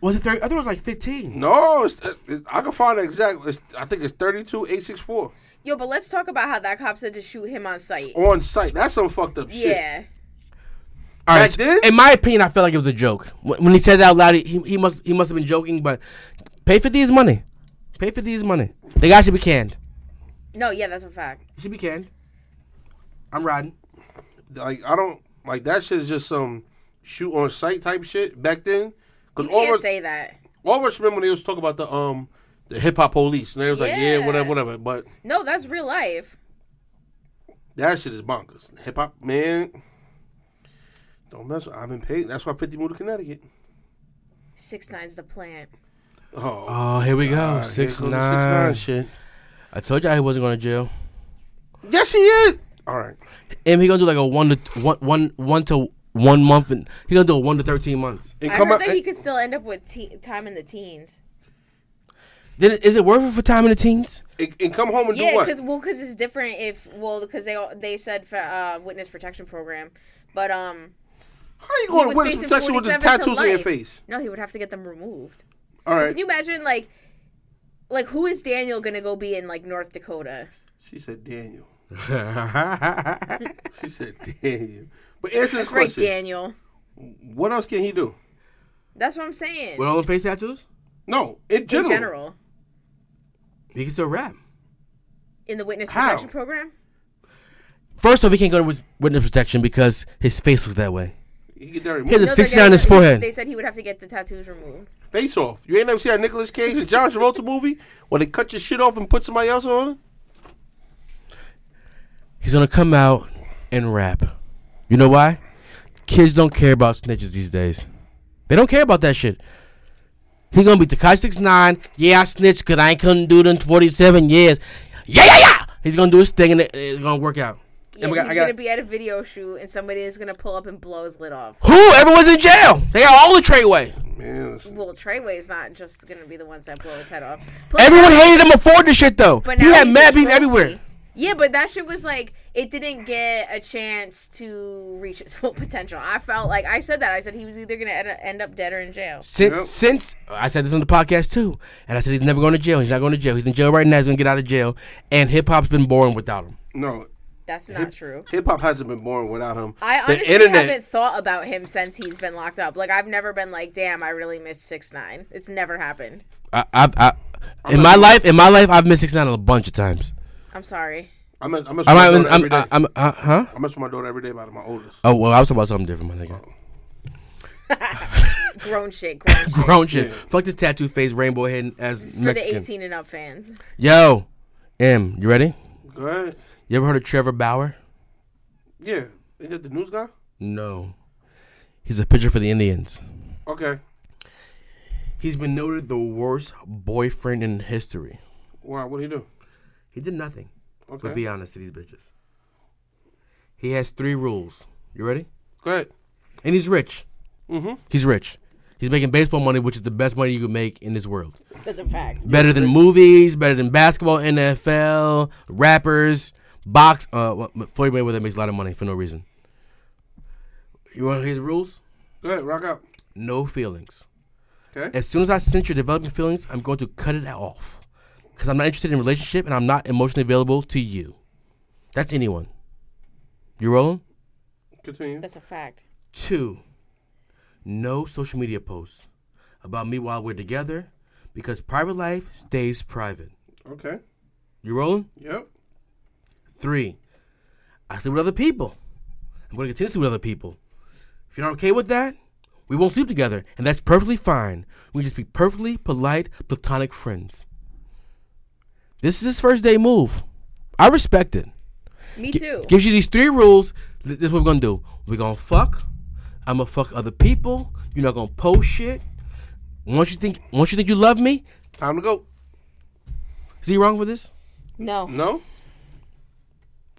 Speaker 2: Was it thirty? I thought it was like fifteen.
Speaker 3: No, it's, it's, I can find the exact. It's, I think it's thirty two eight six four
Speaker 5: Yo, but let's talk about how that cop said to shoot him on sight.
Speaker 3: on site. That's some fucked up shit.
Speaker 5: Yeah.
Speaker 2: All
Speaker 3: Back
Speaker 2: right.
Speaker 3: then?
Speaker 2: In my opinion, I felt like it was a joke. When when he said it out loud, he, he must he must have been joking. But pay fifty is money. Pay fifty is money. The guy should be canned.
Speaker 5: No, yeah, that's a fact.
Speaker 2: He should be canned. I'm riding.
Speaker 3: Like I don't like that shit. Is just some shoot on site type shit back then. Because
Speaker 5: You
Speaker 3: all,
Speaker 5: can't
Speaker 3: Rich-
Speaker 5: say that.
Speaker 3: all Rich remember when they was talking about the um the hip hop police and they was like yeah
Speaker 5: Yeah.
Speaker 3: whatever whatever. But
Speaker 5: No, that's real life.
Speaker 3: that shit is bonkers. Hip hop man. Don't mess with. I've been paid. That's why Fifty moved to Connecticut.
Speaker 5: Six nine's the plant.
Speaker 3: Oh,
Speaker 2: Oh, here we go.
Speaker 3: God, here
Speaker 2: six
Speaker 3: goes the
Speaker 2: nine.
Speaker 3: shit.
Speaker 2: I told you he wasn't going to jail.
Speaker 3: Yes, he is. All right.
Speaker 2: And he gonna do like a one to one one one to one month, and he gonna do a one to thirteen months.
Speaker 3: And
Speaker 5: I
Speaker 3: come
Speaker 5: heard
Speaker 3: out.
Speaker 5: that he could still end up with te- time in the teens.
Speaker 2: Then is it worth it for time in the teens?
Speaker 3: and, and come home and do
Speaker 5: Yeah,
Speaker 3: what?
Speaker 5: because well, because it's different if well, because they all they said for uh, witness protection program, but um,
Speaker 3: How you
Speaker 5: he
Speaker 3: going to
Speaker 5: was
Speaker 3: witness
Speaker 5: facing
Speaker 3: protection with the
Speaker 5: 47 to
Speaker 3: tattoos on your
Speaker 5: life.
Speaker 3: face?
Speaker 5: No, he would have to get them removed.
Speaker 3: All right.
Speaker 5: Can you imagine like, like who is Daniel gonna go be in like North Dakota?
Speaker 3: She said Daniel. she said (laughs) Daniel. But answer this
Speaker 5: Right,
Speaker 3: question.
Speaker 5: Daniel.
Speaker 3: What else can he do?
Speaker 5: That's what I'm
Speaker 2: (laughs)
Speaker 5: saying.
Speaker 2: With all the face tattoos,
Speaker 3: No, in
Speaker 5: in
Speaker 3: general.
Speaker 5: general,
Speaker 2: he can still rap.
Speaker 5: in the witness
Speaker 3: How?
Speaker 5: protection program.
Speaker 2: First off, he can't go with witness protection because his face looks that way.
Speaker 3: He get that removed.
Speaker 2: He has a
Speaker 5: they're
Speaker 2: sixty on
Speaker 5: gonna-
Speaker 2: his forehead.
Speaker 5: They said he would have to get the tattoos removed.
Speaker 3: Face off. You ain't never seen a Nicolas Cage and John Travolta movie where they cut your shit off and put somebody else on it?
Speaker 2: He's gonna come out and rap. You know why? Kids don't care about snitches these days. They don't care about that shit. He gonna be Takashi Six Nine. Yeah, I snitched because I ain't couldn't do it in forty seven years. Yeah, yeah, yeah. He's gonna do his thing and it- it's gonna work out.
Speaker 5: Yeah,
Speaker 3: we got-
Speaker 5: he's
Speaker 3: I got-
Speaker 5: gonna be at a video shoot, and somebody is gonna pull up and blow his lid off.
Speaker 2: Who? Everyone's in jail. They got all the Treyway.
Speaker 3: Man, listen.
Speaker 5: Well, Treyway is not just gonna be the ones that blow his head off. Plus,
Speaker 2: Everyone hated him before this shit though.
Speaker 5: But
Speaker 2: he
Speaker 5: now
Speaker 2: had
Speaker 5: he's
Speaker 2: mad
Speaker 5: a
Speaker 2: beef
Speaker 5: trophy.
Speaker 2: everywhere.
Speaker 5: Yeah, but that shit was like it didn't get a chance to reach its full potential. I felt like I said that I said he was either gonna ed- end up dead or in jail.
Speaker 2: Since
Speaker 3: Yep.
Speaker 2: since I said this on the podcast too, and I said he's never going to jail. He's not going to jail. He's in jail right now. He's gonna get out of jail. And hip hop's been boring without him.
Speaker 3: No,
Speaker 5: That's not true.
Speaker 3: hip hop hasn't been born without him.
Speaker 5: I
Speaker 3: the
Speaker 5: honestly
Speaker 3: internet.
Speaker 5: haven't thought about him since he's been locked up. Like I've never been like, damn, I really missed six nine. It's never happened.
Speaker 2: I, I've I, in my life, in my life, I've missed six nine a bunch of times.
Speaker 5: I'm sorry.
Speaker 3: I mess, I mess with
Speaker 2: I'm,
Speaker 3: my
Speaker 2: I'm,
Speaker 3: daughter
Speaker 2: I'm,
Speaker 3: every day.
Speaker 2: I'm, uh, huh?
Speaker 3: I mess with my daughter every day about my oldest.
Speaker 2: Oh well, I was talking about something different, my
Speaker 3: Oh,
Speaker 2: nigga.
Speaker 5: Grown
Speaker 2: (laughs)
Speaker 5: shit, grown shit.
Speaker 2: Grown shit. Fuck this tattoo face, rainbow head as
Speaker 5: For the
Speaker 2: Mexican.
Speaker 5: 18 and up fans.
Speaker 2: Yo, M, you ready?
Speaker 3: Go ahead.
Speaker 2: You ever heard of Trevor Bauer?
Speaker 3: Yeah. Is that the news guy?
Speaker 2: No. He's a pitcher for the Indians.
Speaker 3: Okay.
Speaker 2: He's been noted the worst boyfriend in history.
Speaker 3: Why? What do he do?
Speaker 2: He did nothing.
Speaker 3: Okay.
Speaker 2: But be honest to these bitches. He has three rules. You ready?
Speaker 3: Go ahead.
Speaker 2: And he's rich. Mm-hmm. He's rich. He's making baseball money, which is the best money you can make in this world.
Speaker 5: That's a fact.
Speaker 2: Better than movies, better than basketball, NFL, rappers, box. Uh, well, Floyd Mayweather makes a lot of money for no reason. You want his rules?
Speaker 3: Go ahead. Rock out.
Speaker 2: No feelings.
Speaker 3: Okay.
Speaker 2: As soon as I sense you're developing feelings, I'm going to cut it off because I'm not interested in a relationship and I'm not emotionally available to you. That's anyone. You rolling?
Speaker 3: Continue.
Speaker 5: That's a fact.
Speaker 2: Two, no social media posts about me while we're together because private life stays private.
Speaker 3: Okay.
Speaker 2: You rolling?
Speaker 3: Yep.
Speaker 2: Three, I sleep with other people. I'm going to continue to sleep with other people. If you're not okay with that, we won't sleep together, and that's perfectly fine. We can just be perfectly polite, platonic friends. This is his first day move. I respect it.
Speaker 5: Me
Speaker 2: Gi-
Speaker 5: too.
Speaker 2: Gives you these three rules. Th- This is what we're gonna do. We're gonna fuck. I'm gonna fuck other people. You're not gonna post shit. Once you think, once you think you love me,
Speaker 3: Time to go.
Speaker 2: is he wrong with this?
Speaker 5: No.
Speaker 3: No.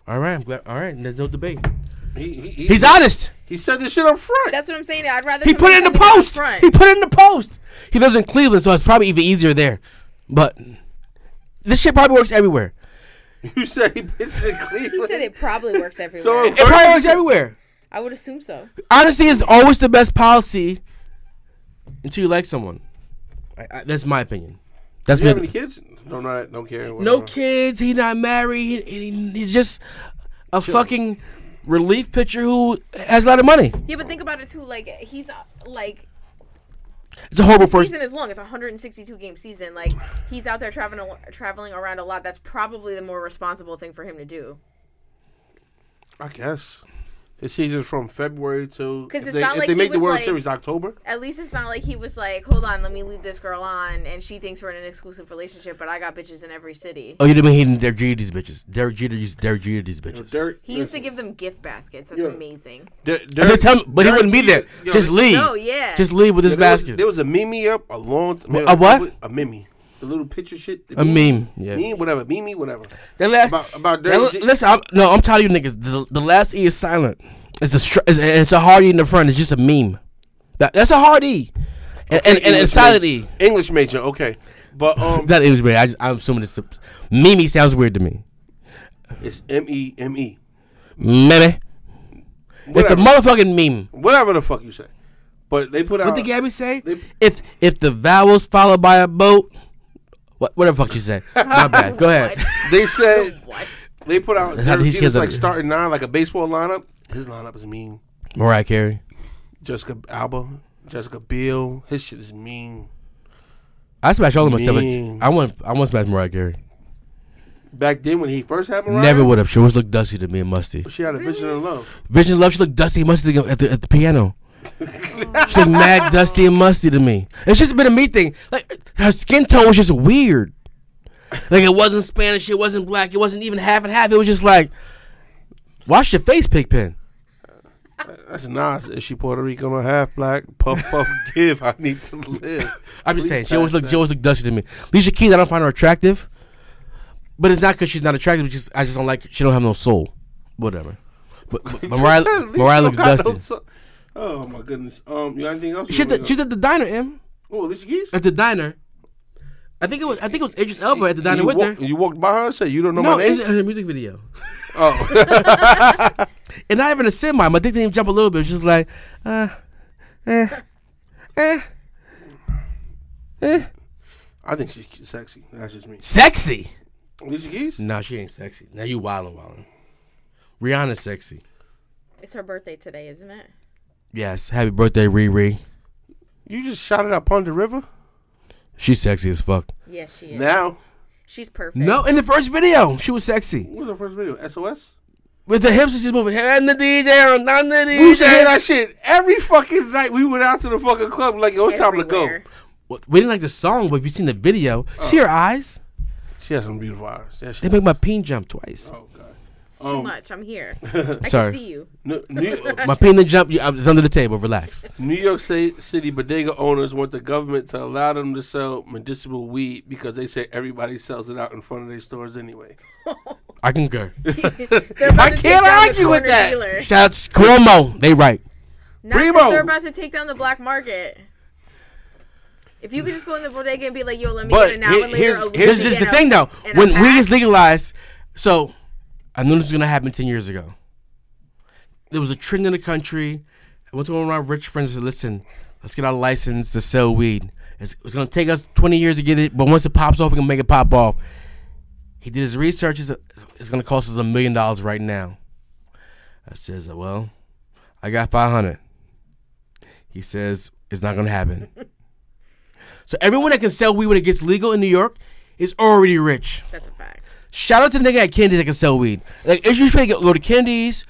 Speaker 2: All right, I'm glad. All right, there's no debate.
Speaker 3: He he, he,
Speaker 2: He's honest.
Speaker 3: he said this shit up front.
Speaker 5: That's what I'm saying. I'd rather
Speaker 2: He put
Speaker 5: somebody
Speaker 2: it in the
Speaker 5: tell me
Speaker 2: post.
Speaker 5: upfront.
Speaker 2: He put it in the post. He lives in Cleveland, so it's probably even easier there. But this shit probably works everywhere.
Speaker 3: (laughs) you said he pisses in Cleveland.
Speaker 5: He said it probably
Speaker 2: (laughs)
Speaker 5: works everywhere.
Speaker 3: So
Speaker 2: It probably works everywhere.
Speaker 5: I would assume so.
Speaker 2: honesty is always the best policy until you like someone. I, I, that's my opinion. That's
Speaker 3: Do you have
Speaker 2: me.
Speaker 3: any kids? Don't know that. Don't care.
Speaker 2: No
Speaker 3: whatever.
Speaker 2: kids. He's not married. He, he- he's just a fucking relief pitcher who has a lot of money.
Speaker 5: Yeah, but think about it too. Like he's uh, like
Speaker 2: It's a horrible
Speaker 5: the
Speaker 2: person.
Speaker 5: season is long. It's a 162 game season. Like he's out there traveling al- traveling around a lot. That's probably the more responsible thing for him to do.
Speaker 3: I guess. His season's from February to
Speaker 5: 'Cause
Speaker 3: if
Speaker 5: it's
Speaker 3: they,
Speaker 5: not
Speaker 3: if
Speaker 5: like
Speaker 3: they
Speaker 5: he
Speaker 3: make the
Speaker 5: was
Speaker 3: World
Speaker 5: like-
Speaker 3: Series October.
Speaker 5: At least it's not like he was like, "Hold on, let me lead this girl on," and she thinks we're in an exclusive relationship, but I got bitches in every city.
Speaker 2: oh, you didn't mean Derek Jeter these bitches. Derek Jeter used Derek Jeter these bitches.
Speaker 3: Derek,
Speaker 5: He used to give them gift baskets. That's
Speaker 3: Yeah.
Speaker 5: amazing.
Speaker 3: Der-
Speaker 2: And they
Speaker 3: Derek-
Speaker 2: tell him, but he
Speaker 3: Derek
Speaker 2: wouldn't be there.
Speaker 3: Jeter- yo,
Speaker 2: just
Speaker 3: there-
Speaker 2: leave.
Speaker 5: No, Oh, yeah.
Speaker 2: Just leave with this
Speaker 3: there was-
Speaker 2: basket.
Speaker 3: There was a meme up a long time.
Speaker 2: A what?
Speaker 3: A meme. the little picture shit. The
Speaker 2: A meme, yeah.
Speaker 3: Meme, whatever. Meme, whatever.
Speaker 2: That last
Speaker 3: About- about
Speaker 2: that,
Speaker 3: Dirty J-
Speaker 2: listen, I'm, no, I'm tired of you niggas. The, the last E is silent. It's a str- it's, it's a hard E in the front. It's just a meme. That, that's a hard E, and and, and it's
Speaker 3: English
Speaker 2: solid
Speaker 3: ma-
Speaker 2: E.
Speaker 3: English major, okay. But um,
Speaker 2: That is weird. I just, I'm assuming it's a, meme sounds weird to me.
Speaker 3: it's M E M E.
Speaker 2: Meme. It's a
Speaker 3: Whatever.
Speaker 2: motherfucking meme.
Speaker 3: Whatever the fuck you say. But they put out.
Speaker 2: What did Gabby say?
Speaker 3: they-
Speaker 2: If if the vowels followed by a boat, what what the fuck she
Speaker 3: (laughs)
Speaker 2: said? My bad. Go ahead.
Speaker 3: They said
Speaker 5: What?
Speaker 3: they put out.
Speaker 2: How did he get
Speaker 3: Derek Jeter's
Speaker 2: that-
Speaker 3: like starting nine, like a baseball lineup. His lineup is mean.
Speaker 2: Mariah Carey.
Speaker 3: Jessica Alba, Jessica Biel. His shit is mean.
Speaker 2: I smash all of myself.
Speaker 3: Meme.
Speaker 2: I want I want to smash Mariah Carey.
Speaker 3: Back then when he first had Mariah,
Speaker 2: Never would have. She always looked dusty to me and musty.
Speaker 3: She had a vision of love.
Speaker 2: Vision of Love, she looked dusty and musty at the, at the piano. she looked mad dusty and musty to me. It's just been a me thing. Like her skin tone was just weird. Like it wasn't Spanish, it wasn't black, it wasn't even half and half. It was just like, wash your face, Pigpen.
Speaker 3: That's Nas. Is she Puerto Rican or half black? Puff puff give. I need
Speaker 2: (laughs)
Speaker 3: to live.
Speaker 2: I'm just
Speaker 3: Please
Speaker 2: saying, she always
Speaker 3: pass
Speaker 2: looked,
Speaker 3: that.
Speaker 2: she always looked dusty to me. Alicia Keys, I don't find her attractive, but it's not because she's not attractive. It's just I just don't like. She don't have no soul. Whatever. But,
Speaker 3: (laughs)
Speaker 2: but Mariah,
Speaker 3: At least
Speaker 2: Mariah
Speaker 3: you
Speaker 2: looks
Speaker 3: don't got
Speaker 2: dusty.
Speaker 3: no so- oh my goodness. Um, you got anything else? you
Speaker 2: She's
Speaker 3: wanna
Speaker 2: at,
Speaker 3: go-
Speaker 2: she's at the diner, M.
Speaker 3: oh, Alicia Keys.
Speaker 2: at the diner. I think it was I think it was Idris Elba at the diner
Speaker 3: you,
Speaker 2: with
Speaker 3: walk-
Speaker 2: her.
Speaker 3: you walked by her and said, "You don't know
Speaker 2: No,
Speaker 3: my
Speaker 2: it's
Speaker 3: name."
Speaker 2: in her music video.
Speaker 3: Oh,
Speaker 2: (laughs) And not even a semi. My dick didn't even jump a little bit. It was just like, uh, eh, eh.
Speaker 3: I think she's sexy. That's just me.
Speaker 2: Sexy.
Speaker 3: Alicia Keys.
Speaker 2: No, she ain't sexy. Now you wildin' wildin'. Rihanna's sexy.
Speaker 5: It's her birthday today, isn't it?
Speaker 2: Yes. Happy birthday, Riri.
Speaker 3: You just shouted out Pond the River.
Speaker 2: She's sexy as fuck.
Speaker 5: Yes, she is.
Speaker 3: Now,
Speaker 5: She's perfect.
Speaker 2: No, in the first video, she was sexy.
Speaker 3: what was her first video? SOS.
Speaker 2: With the hips that she's moving. And the DJ, and I'm the
Speaker 3: We used to hear
Speaker 2: DJ.
Speaker 3: that shit every fucking night. We went out to the fucking club like, "Yo, it's time to go."
Speaker 5: Everywhere.
Speaker 2: Well, We didn't like the song, but if you seen the video,
Speaker 3: Oh.
Speaker 2: see her eyes?
Speaker 3: She has some beautiful eyes. Yeah, she
Speaker 2: They make my peen jump twice.
Speaker 3: Oh god.
Speaker 5: It's too much.
Speaker 3: (laughs)
Speaker 5: I'm here. I
Speaker 2: Sorry.
Speaker 5: can see you.
Speaker 3: New, New,
Speaker 2: My peen didn't jump. you- It's under the table. Relax.
Speaker 3: New York Ci- City bodega owners want the government to allow them to sell medicinal weed because they say everybody sells it out in front of their stores anyway.
Speaker 2: I concur.
Speaker 5: They're about
Speaker 3: I
Speaker 5: to take
Speaker 3: can't
Speaker 5: down the
Speaker 3: argue with
Speaker 5: corner
Speaker 3: that.
Speaker 5: dealer.
Speaker 2: Shout out to Cuomo. They right.
Speaker 5: Not 'cause
Speaker 3: Primo.
Speaker 5: They're about to take down the black market. If you could just go in the bodega and be like, "Yo, let me
Speaker 3: But
Speaker 5: get an hour
Speaker 3: he-
Speaker 5: later."
Speaker 3: here's-
Speaker 5: a
Speaker 2: This,
Speaker 5: Lucy
Speaker 2: this is the
Speaker 5: and a-
Speaker 2: thing though.
Speaker 5: and a
Speaker 2: When
Speaker 5: pack."
Speaker 2: weed is legalized, so I knew this was gonna happen ten years ago. There was a trend in the country. I went to one of my rich friends and said, "Listen, let's get our license to sell weed. It's, it's gonna take us twenty years to get it, but once it pops off, we can make it pop off." He did his research. It's, it's gonna cost us a million dollars right now. I says, "Well, I got five hundred. He says, "It's not gonna happen." So everyone that can sell weed when it gets legal in New York is already rich.
Speaker 5: That's a fact.
Speaker 2: Shout out to the nigga at Kendy's that can sell weed. Like if you try to go go to Kendy's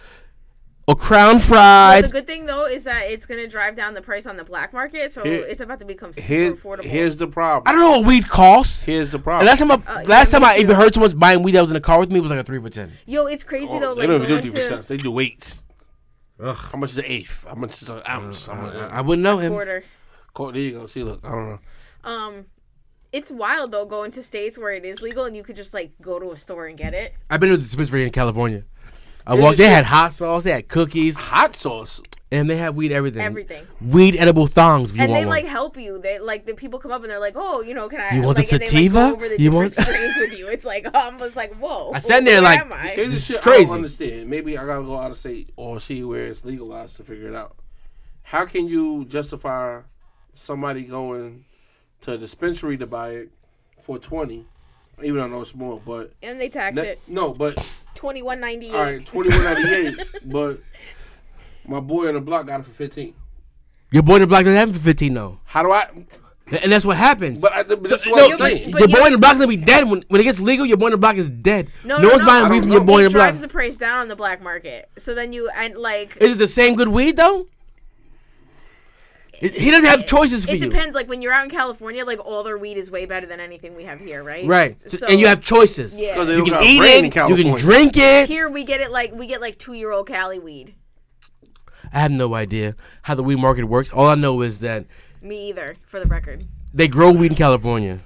Speaker 2: or Crown Fried,
Speaker 5: But the good thing though is that it's gonna drive down the price on the black market, so it's about to become super
Speaker 3: Here's,
Speaker 5: affordable.
Speaker 3: here's the
Speaker 2: I
Speaker 3: problem.
Speaker 2: don't know what weed costs.
Speaker 3: Here's the
Speaker 2: And
Speaker 3: problem.
Speaker 2: last time, I,
Speaker 5: Oh,
Speaker 2: last time I even heard someone buying weed that was in the car with me was like a three for ten.
Speaker 5: Yo, it's crazy though.
Speaker 3: Oh, they
Speaker 5: Like
Speaker 3: don't even
Speaker 5: going
Speaker 3: do
Speaker 5: to
Speaker 3: percents. They do weights. How much is the eighth? How much is an ounce? How much-
Speaker 2: I wouldn't know him.
Speaker 5: quarter.
Speaker 3: Court- there you go. See, look, I don't know.
Speaker 5: Um, it's wild though going to states where it is legal and you could just like go to a store and get it.
Speaker 2: I've been to the dispensary in California. I walked. They had hot sauce. They had cookies,
Speaker 3: Hot sauce.
Speaker 2: and they had weed everything.
Speaker 5: Everything.
Speaker 2: Weed edible thongs. If you
Speaker 5: and
Speaker 2: want
Speaker 5: they
Speaker 2: one.
Speaker 5: like help you. They like the people come up and they're like, "Oh, you know, can I?"
Speaker 2: You want the
Speaker 5: like, and they, like, go
Speaker 2: sativa?
Speaker 5: over the
Speaker 2: You
Speaker 5: different
Speaker 2: want-
Speaker 5: strains with you? It's like (laughs) I'm just like, whoa.
Speaker 2: I sat there
Speaker 5: where
Speaker 2: like,
Speaker 5: am I?
Speaker 3: Here's
Speaker 2: This
Speaker 3: the
Speaker 2: is
Speaker 3: shit I
Speaker 2: crazy.
Speaker 3: don't understand. Maybe I gotta go out of state or see where it's legalized to figure it out. How can you justify somebody going to a dispensary to buy it for twenty? Even though I know it's more, but
Speaker 5: and they tax
Speaker 3: ne-
Speaker 5: it
Speaker 3: no, but
Speaker 5: twenty one ninety eight.
Speaker 3: all right, twenty one ninety eight. (laughs) But my boy on the block got it for fifteen.
Speaker 2: your boy in the block doesn't have it for fifteen though,
Speaker 3: How do I?
Speaker 2: and that's what happens.
Speaker 3: But I, but this is
Speaker 2: no,
Speaker 3: what I'm saying.
Speaker 5: but
Speaker 2: your
Speaker 5: you
Speaker 2: boy
Speaker 5: know-
Speaker 2: in the block gonna be dead when, when it gets legal. Your boy in the block is dead.
Speaker 5: No,
Speaker 2: No,
Speaker 5: no,
Speaker 2: one's
Speaker 5: no. I
Speaker 2: buying weed
Speaker 5: don't
Speaker 2: from your
Speaker 3: know.
Speaker 2: boy in
Speaker 5: It
Speaker 2: the block.
Speaker 5: drives the price down on the black market. So then you and like
Speaker 2: Is it the same good weed though? It- He doesn't have choices for
Speaker 5: it
Speaker 2: you,
Speaker 5: depends. Like when you're out in California, like all their weed is way better than anything we have here, right?
Speaker 2: right?
Speaker 5: So,
Speaker 2: and you have choices.
Speaker 5: yeah.
Speaker 3: 'Cause they
Speaker 2: You
Speaker 3: don't
Speaker 2: can
Speaker 3: got
Speaker 2: eat
Speaker 3: rain in
Speaker 2: it. You
Speaker 3: California.
Speaker 2: can drink it.
Speaker 5: Here we get it like we get like two year old Cali weed.
Speaker 2: I have no idea how the weed market works. All I know is that
Speaker 5: Me either, for the record.
Speaker 2: they grow weed in California.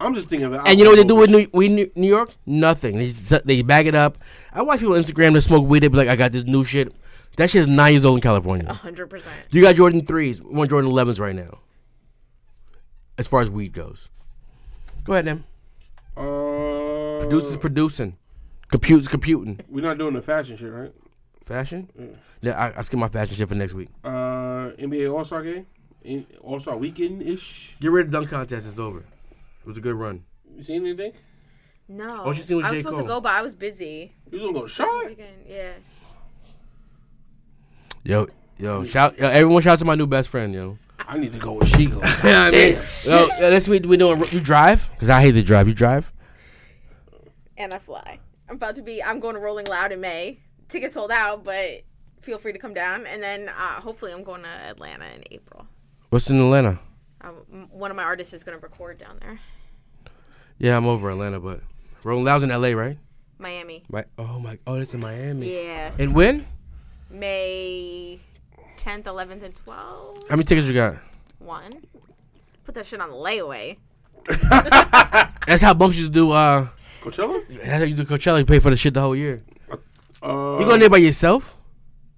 Speaker 3: I'm just thinking of the
Speaker 2: And you know what they do
Speaker 3: alcohol
Speaker 2: with New, we- New New York? Nothing. They z- they bag it up. I watch people on Instagram that smoke weed. They be like, I got this new shit. That shit is nine years old in California.
Speaker 5: hundred percent.
Speaker 2: You got Jordan threes. We want Jordan elevens right now. As far as weed goes, go ahead, Nim.
Speaker 3: Uh,
Speaker 2: Producers producing, computes computing.
Speaker 3: We're not doing the fashion shit, right?
Speaker 2: Fashion? Yeah, I, I skip my fashion shit for next week.
Speaker 3: Uh, NBA All Star game, All Star weekend ish.
Speaker 2: Get rid of dunk contest. It's over. It was a good run.
Speaker 3: You seen anything?
Speaker 5: No,
Speaker 2: Oh, she seen with
Speaker 5: I was
Speaker 2: J.
Speaker 5: supposed
Speaker 2: Cole.
Speaker 5: to go, but I was busy.
Speaker 3: You gonna go to Charlotte?
Speaker 5: Again, yeah.
Speaker 2: Yo, yo, shout yo, everyone shout out to my new best friend, yo.
Speaker 3: I need to go with She go. I mean,
Speaker 2: Yo, yo this week we doing you drive? Cause I hate to drive. You drive?
Speaker 5: And I fly. I'm about to be. I'm going to Rolling Loud in May. Tickets sold out, but feel free to come down. And then uh, hopefully I'm going to Atlanta in April.
Speaker 2: What's in Atlanta?
Speaker 5: Um, m- one of my artists is going to record down there.
Speaker 2: Yeah, I'm over Atlanta, but Rolling Loud's in LA, right?
Speaker 5: Miami.
Speaker 2: My oh my oh, that's in Miami.
Speaker 5: Yeah.
Speaker 2: And when?
Speaker 5: May 10th, 11th, and 12th.
Speaker 2: How many tickets you got?
Speaker 5: One. Put that shit on the layaway.
Speaker 2: That's how bumps you do. Uh, (laughs)
Speaker 3: Coachella?
Speaker 2: that's how you do Coachella. You pay for the shit the whole year.
Speaker 3: Uh,
Speaker 2: You going there by yourself?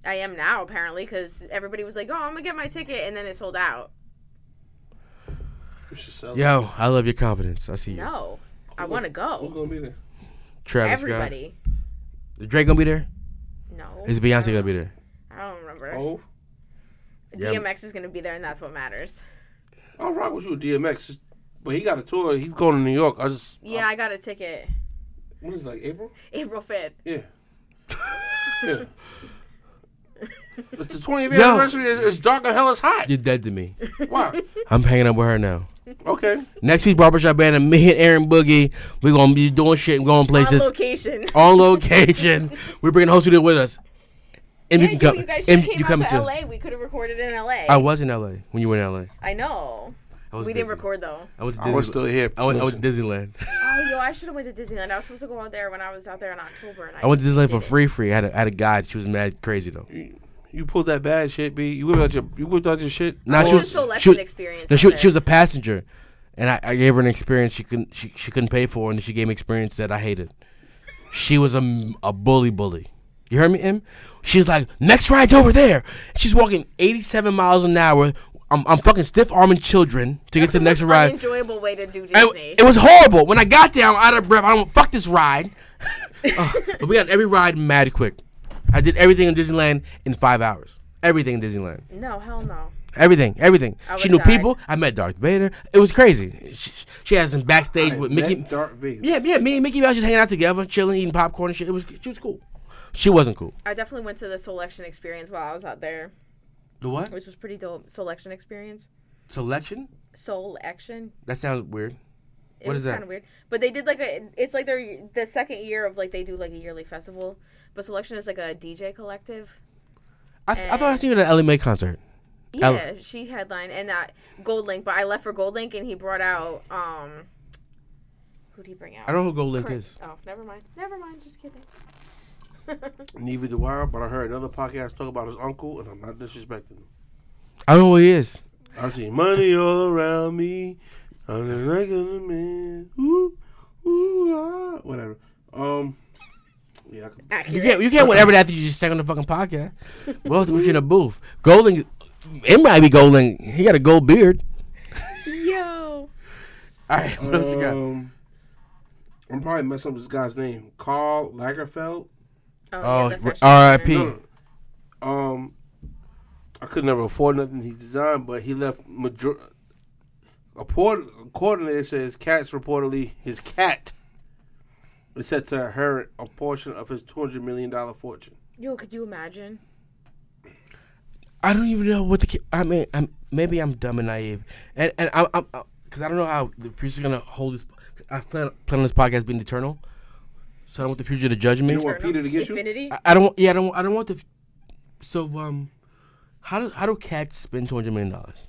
Speaker 5: I am now apparently because everybody was like, "Oh, I'm gonna get my ticket," and then it sold out.
Speaker 3: we should sell. it.
Speaker 2: Yo, I love your confidence. I see you,
Speaker 5: No, I want to
Speaker 3: Who's
Speaker 5: go.
Speaker 3: gonna be there?
Speaker 2: Travis Scott.
Speaker 5: Everybody.
Speaker 2: Is Drake gonna be there?
Speaker 5: No.
Speaker 2: Is Beyonce gonna be there?
Speaker 5: I don't remember.
Speaker 3: Oh,
Speaker 2: Yeah.
Speaker 5: DMX is gonna be there, and that's what matters.
Speaker 3: I'll rock with you with DMX, just- but he got a tour. He's going to New York. I just
Speaker 5: Yeah,
Speaker 2: Um,
Speaker 5: I got a ticket.
Speaker 3: when is it, like April?
Speaker 5: April fifth.
Speaker 2: (laughs)
Speaker 3: Yeah. yeah. It's the 20th
Speaker 2: Yo.
Speaker 3: anniversary. It's it's dark and hell is hot.
Speaker 2: You're dead to me.
Speaker 3: Why?
Speaker 2: (laughs) I'm hanging up with her now.
Speaker 3: Okay.
Speaker 2: Next week, Barbershop Band and me and Aaron Boogie, we're gonna be doing shit and going
Speaker 5: On
Speaker 2: places
Speaker 5: location.
Speaker 2: (laughs) on location. we're bringing the whole studio with us, and
Speaker 5: yeah,
Speaker 2: you
Speaker 5: you,
Speaker 2: can come.
Speaker 5: you guys should
Speaker 2: and
Speaker 5: came
Speaker 2: you
Speaker 5: out
Speaker 2: coming
Speaker 5: to
Speaker 2: too?
Speaker 5: LA. We could have recorded in LA.
Speaker 2: I was in LA when you were in LA.
Speaker 5: I know.
Speaker 2: I was
Speaker 5: we
Speaker 2: busy.
Speaker 5: didn't record though.
Speaker 2: I was
Speaker 3: We're still here.
Speaker 2: I went, I went to Disneyland.
Speaker 5: Oh, yo, I should have went to Disneyland. I was supposed to go out there when I was out there in October. And I,
Speaker 2: I went to Disneyland for free. Free. I had a, I had a guide. She was mad crazy though.
Speaker 3: You pulled that bad shit, B. You whipped out your, you whipped out your shit. Oh.
Speaker 2: Nah,
Speaker 5: It
Speaker 2: she
Speaker 5: was
Speaker 2: was
Speaker 5: so less
Speaker 2: she,
Speaker 5: of an
Speaker 2: was-
Speaker 5: experience
Speaker 2: No, she,
Speaker 5: out
Speaker 2: she was
Speaker 5: there.
Speaker 2: a passenger, and I, I gave her an experience she couldn't she, she couldn't pay for, and she gave me experience that I hated. She was a, m- a bully bully. You heard me, Em? She's like, next ride's over there. She's walking 87 miles an hour. I'm, I'm fucking stiff arming children to get to the
Speaker 5: (laughs)
Speaker 2: next ride.
Speaker 5: Enjoyable way to do
Speaker 2: And
Speaker 5: Disney.
Speaker 2: it was horrible. When I got there, I'm out of breath. I don't fuck this
Speaker 5: (laughs)
Speaker 2: ride. Ugh, but we got every ride mad quick. I did everything in Disneyland in five hours. Everything in Disneyland.
Speaker 5: no, hell no.
Speaker 2: Everything. Everything. She
Speaker 5: would've
Speaker 2: knew
Speaker 5: died.
Speaker 2: people. I met Darth Vader. It was crazy. She, she had some backstage with Mickey.
Speaker 3: Met Darth Vader.
Speaker 2: yeah, yeah. Me and Mickey Mouse just hanging out together, chilling, eating popcorn and shit. It was. She was cool. She wasn't cool.
Speaker 5: I definitely went to the selection experience while I was out there,
Speaker 2: The what?
Speaker 5: which was pretty dope. Selection experience.
Speaker 2: Selection?
Speaker 5: Soul action.
Speaker 2: That sounds weird.
Speaker 5: It
Speaker 2: What
Speaker 5: was
Speaker 2: is that?
Speaker 5: Kind of weird, but they did like a. It's like their the second year of like they do like a yearly festival, but selection is like a DJ collective.
Speaker 2: I, th- I thought I seen you at an LMA concert.
Speaker 5: Yeah,
Speaker 2: Oh.
Speaker 5: she headlined and that Gold Link, but I left for Gold Link and he brought out um. Who'd he bring out?
Speaker 2: I don't know who Gold Link
Speaker 5: Cra-
Speaker 2: is.
Speaker 5: Oh, never mind. Never mind. Just kidding.
Speaker 3: Neither do I, but I heard another podcast talk about his uncle, and I'm not disrespecting him.
Speaker 2: I don't know who he is.
Speaker 3: I see money all around me. I'm the regular man. Ooh, ooh, ah, whatever. Um, yeah, I can-
Speaker 2: You
Speaker 5: Accurate.
Speaker 2: can't, you can't whatever that you just check on the fucking podcast. We'll have to put you in a booth. Golden, it might be Golden. He got a gold beard.
Speaker 5: Yo.
Speaker 2: All right, (laughs) what else you got?
Speaker 3: um, I'm probably messing up this guy's name, Carl Lagerfeld.
Speaker 5: Oh,
Speaker 2: Oh, r-
Speaker 5: yeah, the fashion designer.
Speaker 2: R.I.P.
Speaker 3: No, no. Um, I could never afford nothing he designed, but he left major. Apport- accordingly, it says cats reportedly his cat is set to inherit a portion of his two hundred million dollar fortune.
Speaker 5: Yo, could you imagine?
Speaker 2: I don't even know what the. ki- I mean, I'm, maybe I'm dumb and naive, and and I'm because I don't know how the future's gonna hold this. I plan, plan on this podcast being eternal, so I don't want the future to judge me.
Speaker 3: You want Peter to get you?
Speaker 5: Infinity.
Speaker 2: I, I don't. Yeah, I don't. I don't want the. So um, how do how do cats spend two hundred million dollars?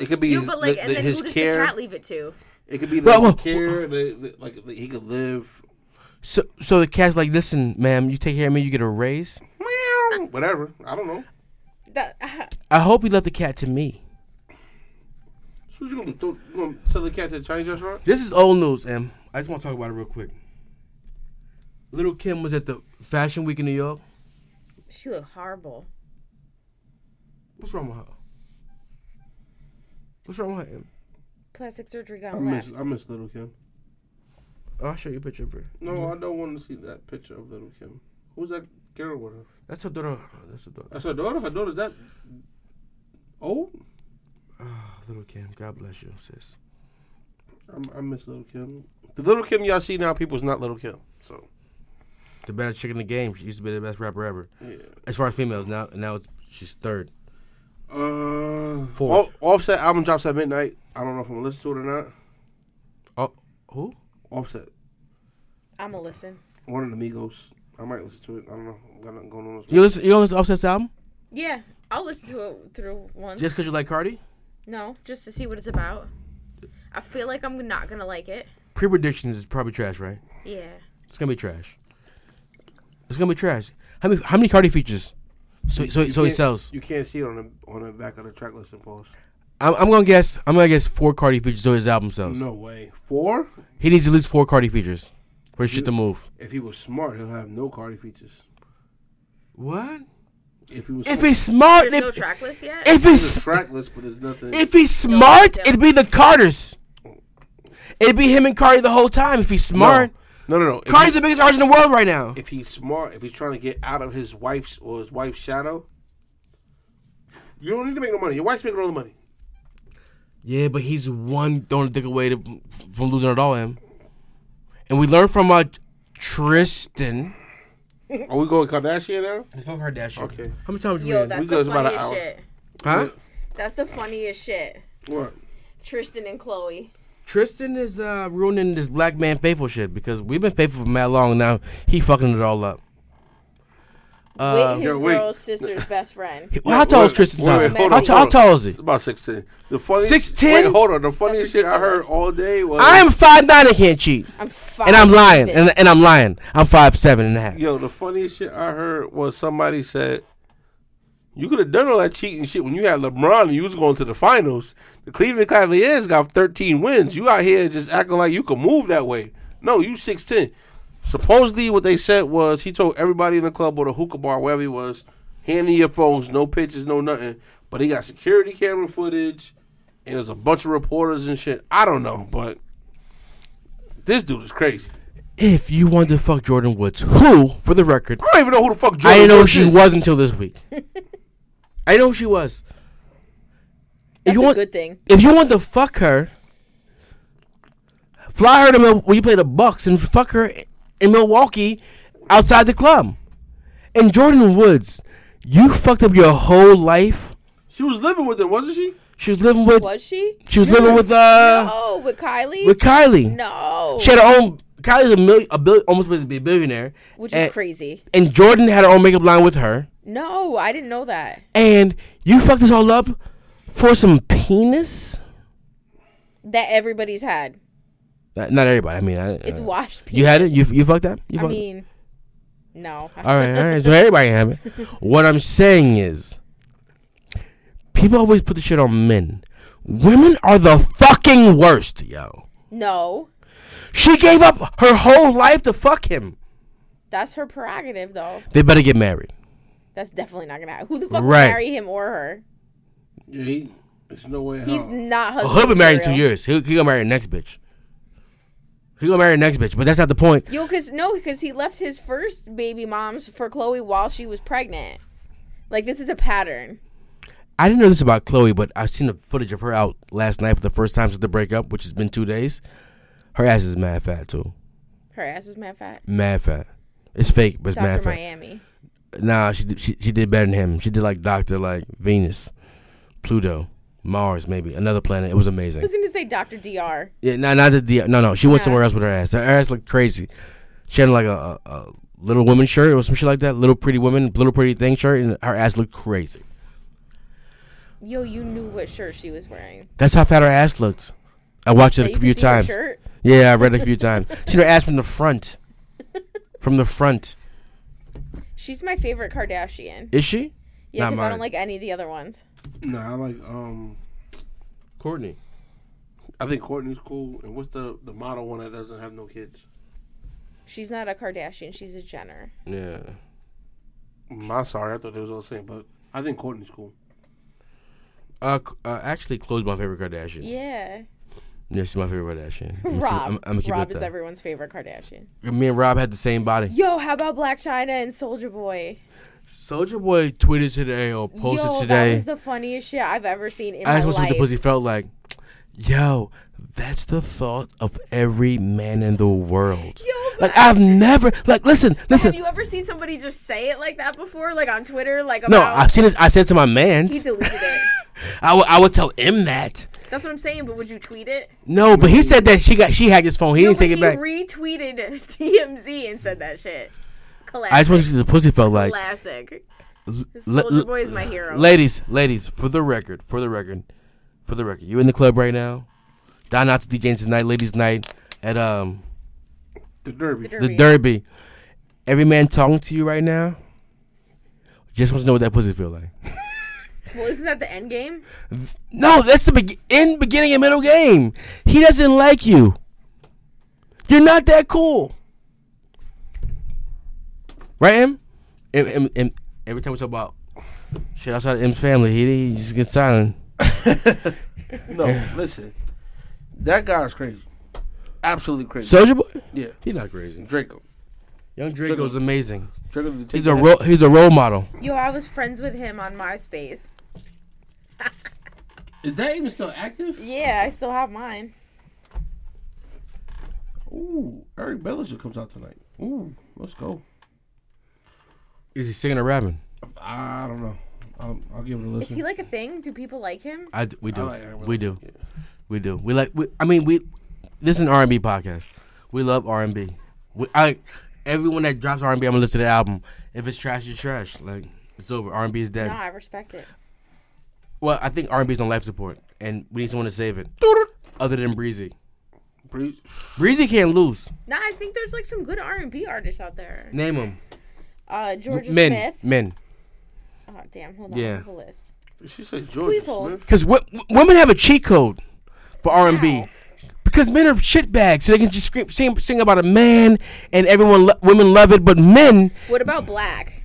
Speaker 3: It could be
Speaker 5: Yo,
Speaker 3: his,
Speaker 5: but like,
Speaker 3: the-
Speaker 5: and
Speaker 3: the-
Speaker 5: then
Speaker 3: his
Speaker 5: who does
Speaker 3: care.
Speaker 5: the cat leave it to?
Speaker 3: It could be the,
Speaker 2: Well, well,
Speaker 3: the care. The, the, like the, he could live.
Speaker 2: So so the cat's like, listen, ma'am, you take care of me, you get a raise.
Speaker 3: Meow, whatever. I don't know.
Speaker 5: That, (laughs)
Speaker 2: I hope you left the cat to me.
Speaker 3: It's So you gonna, throw, you gonna sell the cats at a Chinese restaurant?
Speaker 2: This is old news, Em. I just want to talk about it real quick. Little Kim was at the Fashion Week in New York.
Speaker 5: She looked horrible.
Speaker 2: What's wrong with her? What's wrong with her? Em?
Speaker 5: Plastic surgery got
Speaker 3: I
Speaker 5: left.
Speaker 3: miss, I miss Little Kim.
Speaker 2: Oh, I'll show you a picture of her.
Speaker 3: No,
Speaker 5: Mm-hmm.
Speaker 3: I don't want to see that picture of Little Kim. Who's that girl with her?
Speaker 2: That's her daughter. Oh, That's her daughter.
Speaker 3: That's her daughter. Her daughter's that old.
Speaker 2: Oh, little Kim, God bless you, sis.
Speaker 3: I'm, I miss Little Kim. The Little Kim y'all see now, people is not Little Kim. So
Speaker 2: The better chick in the game. She used to be the best rapper ever.
Speaker 3: yeah.
Speaker 2: As far as females, now now it's, she's third.
Speaker 3: Uh,
Speaker 2: Fourth.
Speaker 3: Off- Offset album drops at midnight. I don't know if I'm gonna listen to it or not.
Speaker 2: Oh, who?
Speaker 3: Offset,
Speaker 5: I'ma listen.
Speaker 3: one of the Migos. I might listen to it. I don't know. I got nothing going on. This
Speaker 2: You listen? You don't listen to Offset's album
Speaker 5: Yeah, I'll listen to it through once.
Speaker 2: just because you like Cardi?
Speaker 5: no, just to see what it's about. I feel like I'm not gonna like it.
Speaker 2: Pre predictions is probably trash, right?
Speaker 5: Yeah.
Speaker 2: It's gonna be trash. It's gonna be trash. How many how many Cardi features? So so so he
Speaker 3: can't-
Speaker 2: sells.
Speaker 3: You can't see it on the on the back of the track listing post.
Speaker 2: I'm, I'm gonna guess. I'm gonna guess four Cardi features so his album sells.
Speaker 3: No way. Four.
Speaker 2: He needs at least four Cardi features for his shit to move.
Speaker 3: If he was smart, he'll have no Cardi features.
Speaker 2: What?
Speaker 3: If he was
Speaker 2: If
Speaker 3: smart,
Speaker 2: he's smart,
Speaker 5: There's no
Speaker 2: if,
Speaker 5: track list yet.
Speaker 2: if
Speaker 3: it's
Speaker 2: he's
Speaker 3: a track list, but there's nothing.
Speaker 2: if he's smart,
Speaker 5: don't.
Speaker 2: it'd be the Carters. It'd be him and Cardi the whole time. If he's smart,
Speaker 3: No, no, no. If,
Speaker 2: Cardi's
Speaker 3: he-
Speaker 2: the biggest artist in the world right now.
Speaker 3: if he's smart, if he's trying to get out of his wife's or his wife's shadow, you don't need to make no money. Your wife's making all the money.
Speaker 2: Yeah, but he's one throwing a dick away to, from losing it all, him. And we learned from uh, Tristan.
Speaker 3: Are we going Kardashian now? Okay.
Speaker 2: How many times
Speaker 5: Yo,
Speaker 2: you
Speaker 5: that's
Speaker 3: we
Speaker 5: the
Speaker 3: goes about an
Speaker 5: funniest
Speaker 3: hour.
Speaker 5: shit.
Speaker 2: Huh?
Speaker 5: That's the funniest shit.
Speaker 3: What?
Speaker 5: Tristan and Chloe.
Speaker 2: Tristan is uh, ruining this black man faithful shit because we've been faithful for mad long now. He fucking it all up. Uh,
Speaker 5: Wait, his
Speaker 3: Yo, wait.
Speaker 2: (laughs)
Speaker 5: girl's sister's best friend.
Speaker 2: Well, how tall is
Speaker 3: Wait,
Speaker 2: Tristan?
Speaker 3: wait,
Speaker 2: Thompson?
Speaker 3: wait, hold
Speaker 2: how,
Speaker 3: on,
Speaker 2: ta-
Speaker 3: hold
Speaker 2: how
Speaker 3: on.
Speaker 2: tall is he?
Speaker 3: It's about six ten. The funniest.
Speaker 2: 6'10"?
Speaker 3: Wait, hold on. The funniest shit I heard
Speaker 5: ridiculous.
Speaker 3: all day was.
Speaker 2: I am five nine. I can't cheat,
Speaker 5: I'm fine.
Speaker 2: and I'm
Speaker 5: with
Speaker 2: lying,
Speaker 5: it.
Speaker 2: and, and I'm lying. I'm five seven and a half.
Speaker 3: Yo, the funniest shit I heard was somebody said, "You could have done all that cheating shit when you had LeBron and you was going to the finals. The Cleveland Cavaliers got 13 wins. You out here just acting like you could move that way. No, you 6'10." Supposedly, what they said was he told everybody in the club or the hookah bar, wherever he was, hand in your phones, no pictures, no nothing. But he got security camera footage, and there's a bunch of reporters and shit. I don't know, but this dude is crazy.
Speaker 2: If you wanted to fuck Jordan Woods, who, for the record,
Speaker 3: I don't even know who the fuck Jordan
Speaker 2: I didn't know who
Speaker 3: Brooks
Speaker 2: she
Speaker 3: is.
Speaker 2: was until this week. (laughs) I know who she was.
Speaker 5: That's
Speaker 2: if you
Speaker 5: a
Speaker 2: want,
Speaker 5: good thing.
Speaker 2: if you want to fuck her, fly her to Mil- when you play the Bucks and fuck her in Milwaukee outside the club. And Jordan Woods, you fucked up your whole life.
Speaker 3: She was living with him, wasn't she?
Speaker 2: She was living with
Speaker 5: Was she?
Speaker 2: she was living with uh
Speaker 5: Oh, with Kylie?
Speaker 2: with Kylie.
Speaker 5: no.
Speaker 2: She had her own. Kylie's a million, a billion, almost supposed to be a billionaire.
Speaker 5: Which
Speaker 2: and,
Speaker 5: is crazy.
Speaker 2: And Jordan had her own makeup line with her.
Speaker 5: No, I didn't know that.
Speaker 2: And you fucked this all up for some penis?
Speaker 5: That everybody's had.
Speaker 2: Uh, Not everybody. I mean, I,
Speaker 5: It's
Speaker 2: uh,
Speaker 5: washed.
Speaker 2: you had it. You you fucked that. You
Speaker 5: I
Speaker 2: fucked
Speaker 5: mean, no.
Speaker 2: All right, all right. So everybody can have it. What I'm saying is, people always put the shit on men. Women are the fucking worst, yo.
Speaker 5: (laughs) No.
Speaker 2: She gave up her whole life to fuck him.
Speaker 5: That's her prerogative, though.
Speaker 2: They better get married.
Speaker 5: That's definitely not gonna happen. Who the fuck
Speaker 2: Right.
Speaker 5: would marry him or her?
Speaker 3: Yeah, he, there's no way.
Speaker 5: He's
Speaker 3: how.
Speaker 5: not husband.
Speaker 2: Oh, he'll be married in two
Speaker 5: material.
Speaker 2: years. He he gonna marry the next bitch. He gonna marry the next bitch, but that's not the point.
Speaker 5: Yo, cause no, cause he left his first baby moms for Chloe while she was pregnant. Like this is a pattern.
Speaker 2: I didn't know this about Chloe, but I seen the footage of her out last night for the first time since the breakup, which has been two days. Her ass is mad fat too.
Speaker 5: Her ass is mad fat.
Speaker 2: Mad fat. It's fake, but it's
Speaker 5: Doctor
Speaker 2: mad fat.
Speaker 5: Miami.
Speaker 2: Nah, she, did- she she did better than him. She did like Doctor, like Venus, Pluto, Mars, maybe another planet. It was
Speaker 5: I
Speaker 2: amazing.
Speaker 5: was gonna say Doctor Dr.
Speaker 2: Yeah, no, not the, the no no. She went
Speaker 5: Yeah.
Speaker 2: somewhere else with her ass. Her ass looked crazy. She had like a, a, a little woman shirt or some shit like that. Little pretty woman, little pretty thing shirt, and her ass looked crazy.
Speaker 5: Yo, you knew what shirt she was wearing.
Speaker 2: That's how fat her ass looked. I watched it
Speaker 5: That you
Speaker 2: a
Speaker 5: could
Speaker 2: few
Speaker 5: see her
Speaker 2: times.
Speaker 5: shirt?
Speaker 2: Yeah, I read
Speaker 5: (laughs)
Speaker 2: it a few times. Seen her ass from the front. From the front,
Speaker 5: She's my favorite Kardashian.
Speaker 2: is she?
Speaker 5: Yeah,
Speaker 2: Not
Speaker 5: because I don't
Speaker 2: mine.
Speaker 5: like any of the other ones.
Speaker 3: Nah, I like um,
Speaker 2: Courtney.
Speaker 3: I think Courtney's cool. And what's the the model one that doesn't have no kids?
Speaker 5: She's not a Kardashian. She's a Jenner.
Speaker 2: Yeah.
Speaker 3: My Mm, sorry, I thought they was all the same, but I think Courtney's cool.
Speaker 2: Uh, c- uh actually, Chloe's my favorite Kardashian. Yeah,
Speaker 5: Yeah.
Speaker 2: she's my favorite
Speaker 5: (laughs)
Speaker 2: Kardashian. I'm gonna keep-
Speaker 5: Rob.
Speaker 2: I'm, I'm gonna keep
Speaker 5: Rob
Speaker 2: it
Speaker 5: is
Speaker 2: at
Speaker 5: everyone's favorite Kardashian.
Speaker 2: that. Me and Rob had the same body.
Speaker 5: Yo, how about Black China and Soldier Boy?
Speaker 2: Soldier Boy tweeted today or posted
Speaker 5: Yo, that
Speaker 2: today.
Speaker 5: was the funniest shit I've ever seen in
Speaker 2: I just want
Speaker 5: my
Speaker 2: to see
Speaker 5: life.
Speaker 2: what the pussy felt like. Yo, that's the thought of every man in the world.
Speaker 5: Yo,
Speaker 2: like I've never like listen, listen.
Speaker 5: Have you ever seen somebody just say it like that before, like on Twitter, like
Speaker 2: no,
Speaker 5: about?
Speaker 2: I've seen it. I said to my
Speaker 5: he
Speaker 2: man's.
Speaker 5: deleted it.
Speaker 2: I would I would tell him that.
Speaker 5: That's what I'm saying. But would you tweet it?
Speaker 2: No, but he said that she got she hacked his phone. He
Speaker 5: No,
Speaker 2: didn't
Speaker 5: but
Speaker 2: take it
Speaker 5: he
Speaker 2: back.
Speaker 5: retweeted TMZ and said that shit. Classic.
Speaker 2: I just want to see what the pussy felt like.
Speaker 5: Classic.
Speaker 2: L-
Speaker 5: Soldier
Speaker 2: l-
Speaker 5: Boy is my hero.
Speaker 2: Ladies, ladies, for the record, for the record, for the record, you in the club right now? Down out to DJ's tonight, ladies' night at um
Speaker 3: The Derby.
Speaker 5: The
Speaker 2: the Derby. Every man talking to you right now just wants to know what that pussy feel like.
Speaker 5: well, isn't that the end game?
Speaker 2: No, that's the be- in beginning and middle game. He doesn't like you. You're not that cool, right, Em? Em, Em, Em every time we talk about shit outside of M's family, he, he just gets silent.
Speaker 3: No, listen, that guy's crazy. Absolutely crazy.
Speaker 2: Soldier boy,
Speaker 3: yeah,
Speaker 2: he's not crazy.
Speaker 3: Draco.
Speaker 2: Young Draco's amazing.
Speaker 3: Draco. to take
Speaker 2: He's a
Speaker 3: that.
Speaker 2: ro- he's a role model.
Speaker 5: Yo, I was friends with him on MySpace.
Speaker 3: Is that even still active?
Speaker 5: Yeah, I still have mine.
Speaker 3: Ooh, Eric Bellinger comes out tonight. Ooh, let's go.
Speaker 2: Is he singing or rapping?
Speaker 3: I don't know. I'll, I'll give it a
Speaker 5: Is
Speaker 3: listen.
Speaker 5: he like a thing? Do people like him?
Speaker 2: I d- we do
Speaker 3: I like Aaron
Speaker 2: we do
Speaker 3: Williams.
Speaker 2: we do we like we, I mean we this is an R and B podcast. We love R and B. I everyone that drops R and B, I'm gonna listen to the album. If it's trash, it's trash. Like it's over. R and B is dead.
Speaker 5: No, I respect it.
Speaker 2: Well, I think R and B is on life support, and we need someone to save it. Other than Breezy,
Speaker 3: Breeze-
Speaker 2: Breezy can't lose.
Speaker 5: Nah, I think there's like some good R and B artists out there.
Speaker 2: Name them.
Speaker 5: Uh, Georgia
Speaker 2: men,
Speaker 5: Smith.
Speaker 2: men.
Speaker 5: Oh damn, hold on,
Speaker 2: Yeah.
Speaker 5: I have a list.
Speaker 3: She said Georgia
Speaker 5: Please hold.
Speaker 3: Smith.
Speaker 2: Because w- women have a cheat code for R and B.
Speaker 5: How?
Speaker 2: Because men are shitbags, so they can just scream, sing, sing about a man, and everyone, lo- women love it. But men,
Speaker 5: What about Black?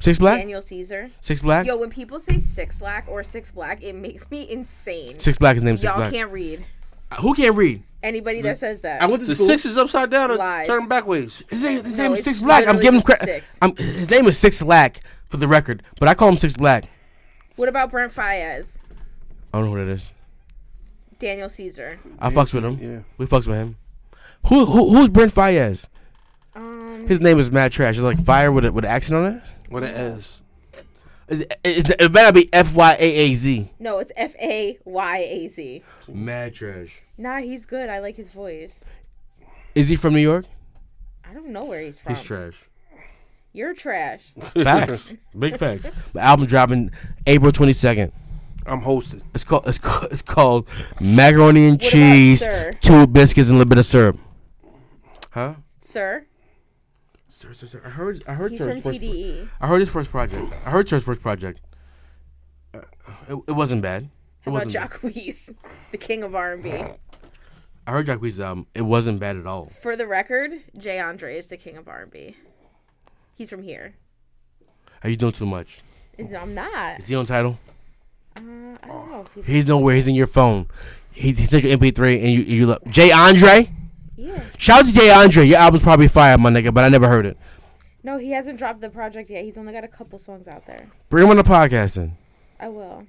Speaker 2: six black,
Speaker 5: Daniel Caesar.
Speaker 2: six black,
Speaker 5: Yo, when people say six black or six black, it makes me insane.
Speaker 2: six black. His name six
Speaker 5: Y'all
Speaker 2: black.
Speaker 5: can't read.
Speaker 2: Who can't read?
Speaker 5: Anybody that says that.
Speaker 2: I went to
Speaker 3: The
Speaker 2: school.
Speaker 3: six is upside down and
Speaker 5: Lies.
Speaker 3: turn backwards.
Speaker 2: his name, his
Speaker 5: No,
Speaker 2: name is
Speaker 5: it's
Speaker 2: six black. I'm
Speaker 5: literally
Speaker 2: giving him
Speaker 5: just
Speaker 2: credit.
Speaker 5: six.
Speaker 2: I'm- His name is six black for the record, but I call him six black.
Speaker 5: what about Brent Fayez?
Speaker 2: I don't know who that is.
Speaker 5: Daniel Caesar.
Speaker 2: I fucks with him.
Speaker 3: Yeah.
Speaker 2: We fucks with him. Who, who who's Brent Fayez?
Speaker 5: Um,
Speaker 2: His name is Mad Trash. It's like fire with a, with an accent on it.
Speaker 3: With an S.
Speaker 2: Is- is- it better be F Y A A Z.
Speaker 5: no, it's F A Y A Z.
Speaker 2: Mad Trash.
Speaker 5: Nah, he's good. I like his voice.
Speaker 2: Is he from New York?
Speaker 5: I don't know where he's from.
Speaker 2: trash.
Speaker 5: You're trash.
Speaker 2: (laughs) Facts. Big facts. The album dropping April twenty second.
Speaker 3: I'm hosted.
Speaker 2: It's called it's called it's called macaroni and
Speaker 5: about
Speaker 2: cheese,
Speaker 5: sir?
Speaker 2: two biscuits and a little bit of syrup. Huh?
Speaker 5: Sir,
Speaker 2: Sir, sir, sir. I heard I heard
Speaker 5: he's
Speaker 2: sir's
Speaker 5: from E.
Speaker 2: first-
Speaker 5: TDE.
Speaker 2: I heard his first project. I heard Sir's first project. Uh, It, it wasn't bad. It
Speaker 5: How about
Speaker 2: wasn't. bad.
Speaker 5: Jacquees, the king of R&B?
Speaker 2: I heard Jacquees' album. It wasn't bad at all.
Speaker 5: For the record, Jay Andre is the king of R&B. He's from here.
Speaker 2: Are you doing too much?
Speaker 5: Is- I'm not.
Speaker 2: Is he on title?
Speaker 5: Uh, I don't know if he's.
Speaker 2: He's nowhere. He's in your phone. He, he sent your MP3 and you you look. Jay Andre.
Speaker 5: Yeah.
Speaker 2: Shout out to Jay Andre. Your album's probably fire, my nigga, but I never heard it.
Speaker 5: No, he hasn't dropped the project yet. He's only got a couple songs out there.
Speaker 2: Bring him on the podcast then.
Speaker 5: I will.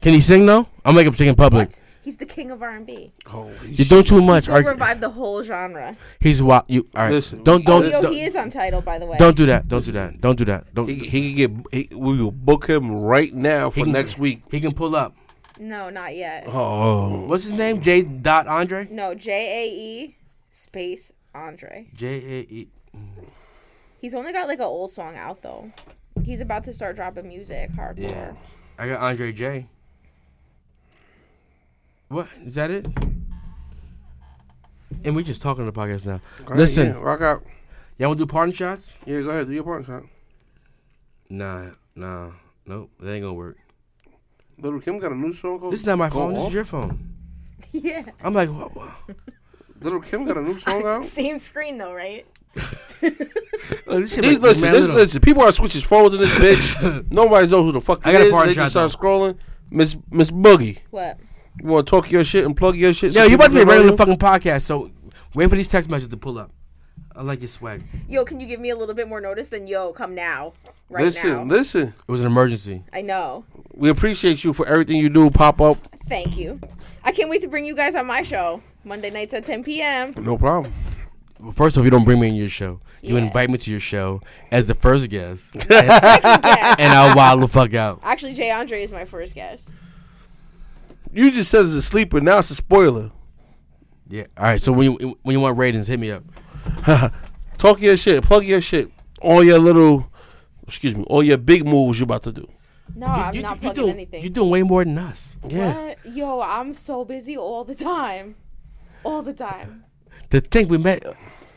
Speaker 2: Can he sing though? I'll make him sing in public.
Speaker 5: What? He's the king of R&B.
Speaker 3: Holy
Speaker 2: You're doing too much.
Speaker 5: He'll
Speaker 2: Are,
Speaker 5: revive the whole genre.
Speaker 2: he's wild. You all right?
Speaker 3: Listen,
Speaker 2: don't
Speaker 5: Oh,
Speaker 2: don't
Speaker 3: Let's
Speaker 5: yo,
Speaker 3: not-
Speaker 5: he is on title, by the way.
Speaker 2: don't do that. Don't do that. Don't do that. Don't.
Speaker 3: He, he can get. He, we will book him right now for
Speaker 2: can-
Speaker 3: next week.
Speaker 2: He can pull up.
Speaker 5: No, not yet.
Speaker 3: Oh,
Speaker 2: What's his name? J. Dot Andre.
Speaker 5: No, J A E space Andre.
Speaker 2: J A E.
Speaker 5: He's only got like an old song out though. He's about to start dropping music hardcore.
Speaker 2: Yeah. I got Andre J. What is that? It. And we just talking on the podcast now. Listen,
Speaker 3: yeah, rock out.
Speaker 2: y'all want to do parting shots?
Speaker 3: Yeah, go ahead. Do your part, son.
Speaker 2: Nah, nah, nope. That ain't gonna work.
Speaker 3: Little Kim got a new song called.
Speaker 2: This is not my
Speaker 3: Go
Speaker 2: phone. This
Speaker 3: Off?
Speaker 2: is your phone.
Speaker 5: (laughs) Yeah.
Speaker 2: I'm like, wha- wha-
Speaker 3: Little Kim got a new
Speaker 2: (laughs)
Speaker 3: song out.
Speaker 5: Same screen though, right?
Speaker 2: oh, this shit
Speaker 3: These,
Speaker 2: make me
Speaker 3: listen,
Speaker 2: mad
Speaker 3: this,
Speaker 2: little.
Speaker 3: listen. People are switching
Speaker 2: (laughs)
Speaker 3: phones in this bitch. Nobody knows who the fuck
Speaker 2: I
Speaker 3: it
Speaker 2: got a
Speaker 3: is.
Speaker 2: bar
Speaker 3: They
Speaker 2: shot,
Speaker 3: just start scrolling. Miss Miss Boogie,
Speaker 5: What?
Speaker 3: you want to talk your shit and plug your shit? so
Speaker 2: Yo, you
Speaker 3: people
Speaker 2: about to be a
Speaker 3: can know
Speaker 2: regular
Speaker 3: you?
Speaker 2: fucking podcast, so wait for these text messages to pull up. I like your swag.
Speaker 5: Yo, can you give me a little bit more notice than yo? Come now, right
Speaker 3: Listen,
Speaker 5: now.
Speaker 3: listen.
Speaker 2: It was an emergency.
Speaker 5: I know.
Speaker 3: We appreciate you for everything you do. Pop up.
Speaker 5: Thank you. I can't wait to bring you guys on my show Monday nights at 10 p.m.
Speaker 3: No problem.
Speaker 2: Well, first off, you don't bring me in your show. You
Speaker 5: Yeah.
Speaker 2: invite me to your show as the first guest,
Speaker 5: Yes.
Speaker 2: and I'll (laughs) wild the fuck out.
Speaker 5: Actually, Jay Andre is my first guest.
Speaker 3: You just said it's a sleeper. Now it's a spoiler.
Speaker 2: Yeah. All right. So when you when you want ratings, hit me up.
Speaker 3: Talk your shit. Plug your shit. All your little, excuse me, all your big moves you about to do.
Speaker 5: No, I'm
Speaker 2: you,
Speaker 5: not
Speaker 2: you
Speaker 5: plugging
Speaker 2: do,
Speaker 5: anything.
Speaker 2: You doing way more than us.
Speaker 5: What? Yo, I'm so busy all the time. All the time.
Speaker 2: To think we met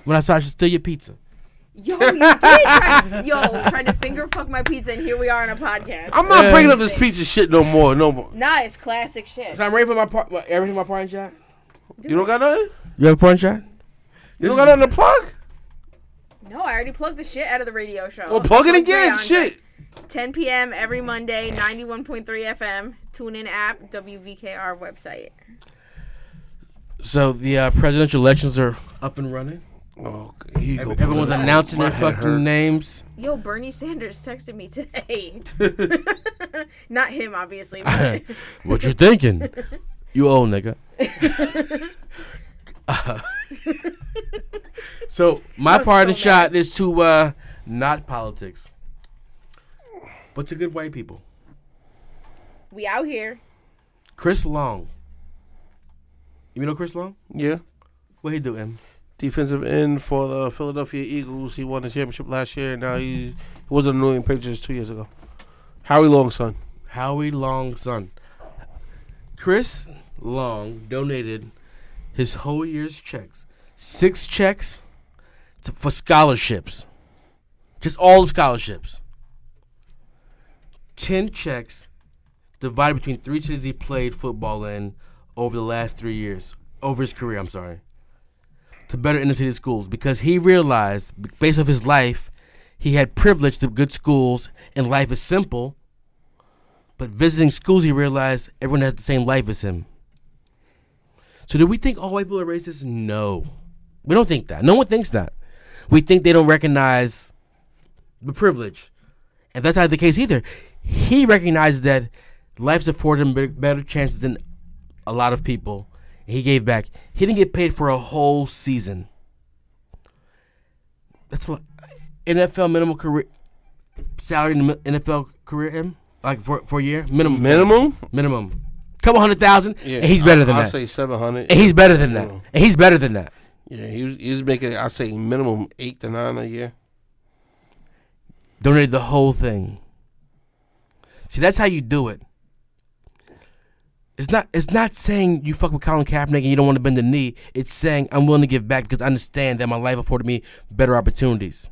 Speaker 2: when I saw I should steal your pizza.
Speaker 3: (laughs)
Speaker 5: Yo, you did. Try, yo, trying to finger fuck my pizza, and here we are on a podcast.
Speaker 3: I'm not bringing up this piece of shit no more. No more.
Speaker 5: Nah, it's classic shit.
Speaker 2: So I'm ready for my part. My, everything my parting shot.
Speaker 3: You don't got nothing.
Speaker 2: You have a parting shot?
Speaker 3: You don't got nothing to plug.
Speaker 5: No, I already plugged the shit out of the radio show.
Speaker 3: Well, plug it
Speaker 5: Jay
Speaker 3: again.
Speaker 5: Andre.
Speaker 3: Shit.
Speaker 5: 10 p.m. every Monday, 91.3 FM. Tune in app, WVKR website.
Speaker 2: So the uh, presidential elections are up and running.
Speaker 3: Oh, he go
Speaker 2: Everyone's
Speaker 3: plug.
Speaker 2: announcing their
Speaker 3: My head
Speaker 2: fucking
Speaker 3: hurt.
Speaker 2: names.
Speaker 5: Yo, Bernie Sanders texted
Speaker 3: (laughs)
Speaker 5: me today. (laughs) Not him, obviously. but-
Speaker 2: what you thinking? You old nigga. (laughs) so my
Speaker 5: was
Speaker 2: parting
Speaker 5: so
Speaker 2: shot is to uh, not politics, but to good white people.
Speaker 5: we out here.
Speaker 2: Chris Long. You know Chris Long?
Speaker 3: Yeah.
Speaker 2: What he do, M?
Speaker 3: Defensive end for the Philadelphia Eagles. He won the championship last year. Now he, he was on the New England Patriots two years ago. Howie Long, son.
Speaker 2: Howie Long's son. Chris Long donated his whole year's checks, six checks, to, for scholarships, just all the scholarships. Ten checks, divided between three cities he played football in over the last three years, over his career. I'm sorry, to better inner city schools because he realized, b- based off his life, he had privilege to good schools, and life is simple. But visiting schools, he realized everyone has the same life as him. So, do we think all white people are racist? No. We don't think that. No one thinks that. We think they don't recognize the privilege. And that's not the case either. He recognized that life's afforded him be- better chances than a lot of people. He gave back. He didn't get paid for a whole season. That's a lot. NFL minimum career salary in the mi- NFL career, M? Like for, for a year? Minimum. salary.
Speaker 3: Minimum.
Speaker 2: Minimum. Couple hundred thousand. and he's better than
Speaker 3: I,
Speaker 2: that.
Speaker 3: I say seven hundred.
Speaker 2: And he's better than that. And he's better than that.
Speaker 3: Yeah, he was, he was making. I say minimum eight to nine a year.
Speaker 2: Donated the whole thing. See, that's how you do it. It's not. It's not saying you fuck with Colin Kaepernick and you don't want to bend the knee. It's saying I'm willing to give back because I understand that my life afforded me better opportunities.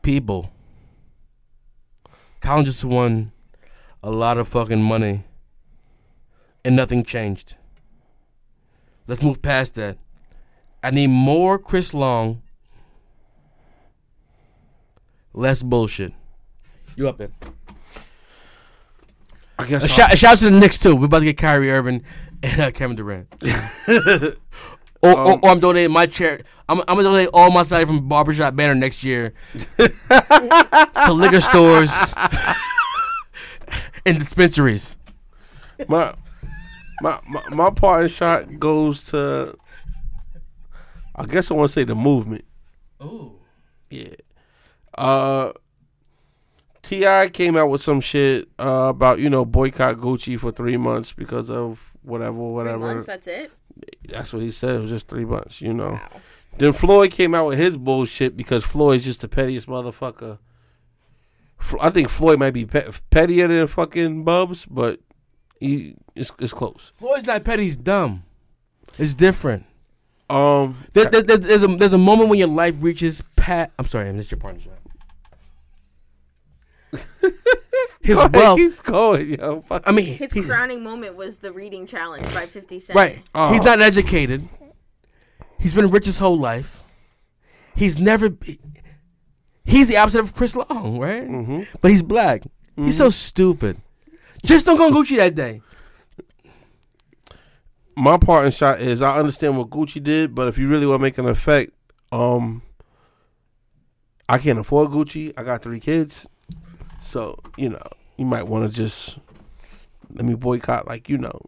Speaker 2: People, Colin just won a lot of fucking money, and nothing changed. Let's move past that. I need more Chris Long, less bullshit. You up there?
Speaker 3: I
Speaker 2: A
Speaker 3: guess. I'll-
Speaker 2: shout, a shout out to the Knicks too. We're about to get Kyrie Irving and uh, Kevin (laughs) Durant. or, or, or I'm donating my chair. I'm, I'm gonna donate all my salary from barbershop banner next (laughs) year to liquor stores and dispensaries.
Speaker 3: my my my, my parting shot goes to I guess I want to say the movement. Oh. Yeah. Uh TI came out with some shit uh, about, you know, boycott Gucci for 3 months because of whatever
Speaker 5: Three
Speaker 3: whatever.
Speaker 5: months, that's it.
Speaker 3: That's what he said. It was just 3 months, you know.
Speaker 5: Wow.
Speaker 3: Then Floyd came out with his bullshit because Floyd's just the pettiest motherfucker. F- I think Floyd might be pe- pettier than fucking Bubs, but he it's, it's close.
Speaker 2: Floyd's not petty. He's dumb. It's different.
Speaker 3: (laughs) Um,
Speaker 2: There, there- there- there's a there's a moment when your life (laughs) reaches pat. I'm sorry, I missed your partner. his
Speaker 3: Go ahead,
Speaker 2: wealth.
Speaker 3: keeps going, yo. Fuck.
Speaker 2: I mean,
Speaker 5: His
Speaker 2: he's-
Speaker 5: crowning moment was the reading challenge by 50 Cent.
Speaker 2: right.
Speaker 3: Oh.
Speaker 2: He's not educated. He's been rich his whole life. He's never. be- He's the opposite of Chris Long, right?
Speaker 3: Mm. mm-hmm.
Speaker 2: But he's black. He's so stupid. Just don't go on Gucci that day.
Speaker 3: my part in shot is I understand what Gucci did, but if you really want to make an effect, um, I can't afford Gucci. I got three kids, so you know you might want to just let me boycott, like you know,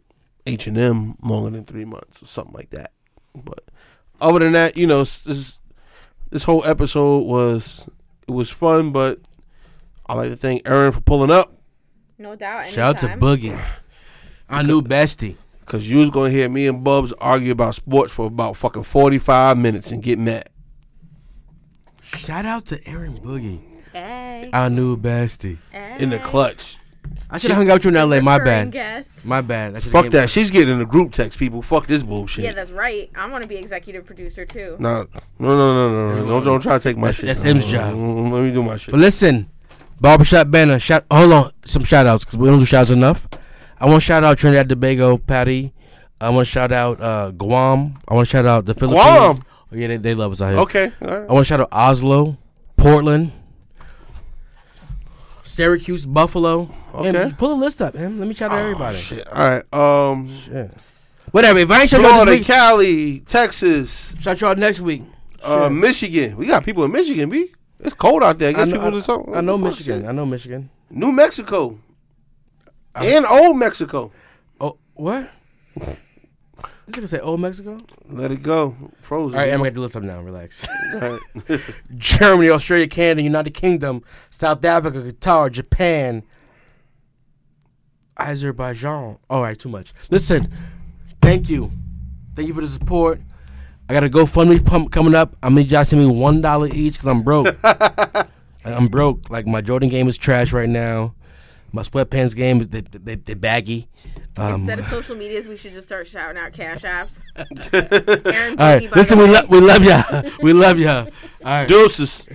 Speaker 3: H and M longer than three months or something like that. But other than that, you know, s- this this whole episode was it was fun, but I like to thank Aaron for pulling up
Speaker 5: No doubt.
Speaker 2: Shout out to
Speaker 5: anytime.
Speaker 2: Boogie, our (laughs) new bestie.
Speaker 3: because you was gonna hear me and Bubs argue about sports for about fucking forty five minutes and get mad.
Speaker 2: Shout out to Aaron Boogie,
Speaker 5: Hey,
Speaker 2: our new bestie.
Speaker 3: in the
Speaker 5: hey.
Speaker 3: clutch.
Speaker 2: I should have hung out with you in L.A. My
Speaker 5: Recurring
Speaker 2: bad.
Speaker 5: Guest.
Speaker 2: My bad. I shoulda
Speaker 3: Fuck
Speaker 2: came-
Speaker 3: that. She's getting in the group text, people. Fuck this bullshit.
Speaker 5: Yeah, that's right. I want to be executive producer too.
Speaker 3: no, no, no, no, no, no. Don't, don't try to take my shit.
Speaker 2: that's M's job.
Speaker 3: Mm, Let me do my shit.
Speaker 2: But listen, barbershop banner. Shout. Hold on, some shout outs because we don't do shout outs enough. I want to shout out Trinidad Tobago, Patty. I want to shout out uh, Guam. I want to shout out the Philippines.
Speaker 3: Guam?
Speaker 2: Oh, yeah, they, they love us out here.
Speaker 3: Okay. All right.
Speaker 2: I want to shout out Oslo, Portland, Syracuse, Buffalo. Man,
Speaker 3: Okay. Oh,
Speaker 2: pull a list up, man. Let me shout out everybody.
Speaker 3: Shit. All right. Um,
Speaker 2: Whatever. If I ain't shout you out this
Speaker 3: Florida,
Speaker 2: week,
Speaker 3: Cali, Texas,
Speaker 2: shout you out next week.
Speaker 3: uh, Michigan. We got people in Michigan, B. It's cold out there. I guess
Speaker 2: I know,
Speaker 3: people do
Speaker 2: I-
Speaker 3: something.
Speaker 2: I know
Speaker 3: Fuck
Speaker 2: Michigan.
Speaker 3: shit.
Speaker 2: I know Michigan.
Speaker 3: New Mexico. and Old Mexico.
Speaker 2: Oh, what? Did you say Old Mexico?
Speaker 3: Let it go. Frozen.
Speaker 2: All right, I'm gonna get the list up now. Relax. (laughs)
Speaker 3: All right. (laughs)
Speaker 2: Germany, Australia, Canada, United Kingdom, South Africa, Qatar, Japan, Azerbaijan. All right, too much. Listen, thank you, thank you for the support. I got a GoFundMe pump coming up. I need y'all to send me one dollar each because I'm
Speaker 5: (laughs)
Speaker 2: broke. I'm broke. Like my Jordan game is trash right now. My sweatpants game is they they, they baggy. Um,
Speaker 5: Instead of social medias, we should just start shouting out
Speaker 2: (laughs)
Speaker 5: cash apps. Aaron
Speaker 2: all
Speaker 5: Boogie,
Speaker 2: right,
Speaker 5: by
Speaker 2: listen,
Speaker 5: the
Speaker 2: we
Speaker 5: way.
Speaker 2: (laughs) lo- we love y'all. We love y'all. All right.
Speaker 3: Deuces.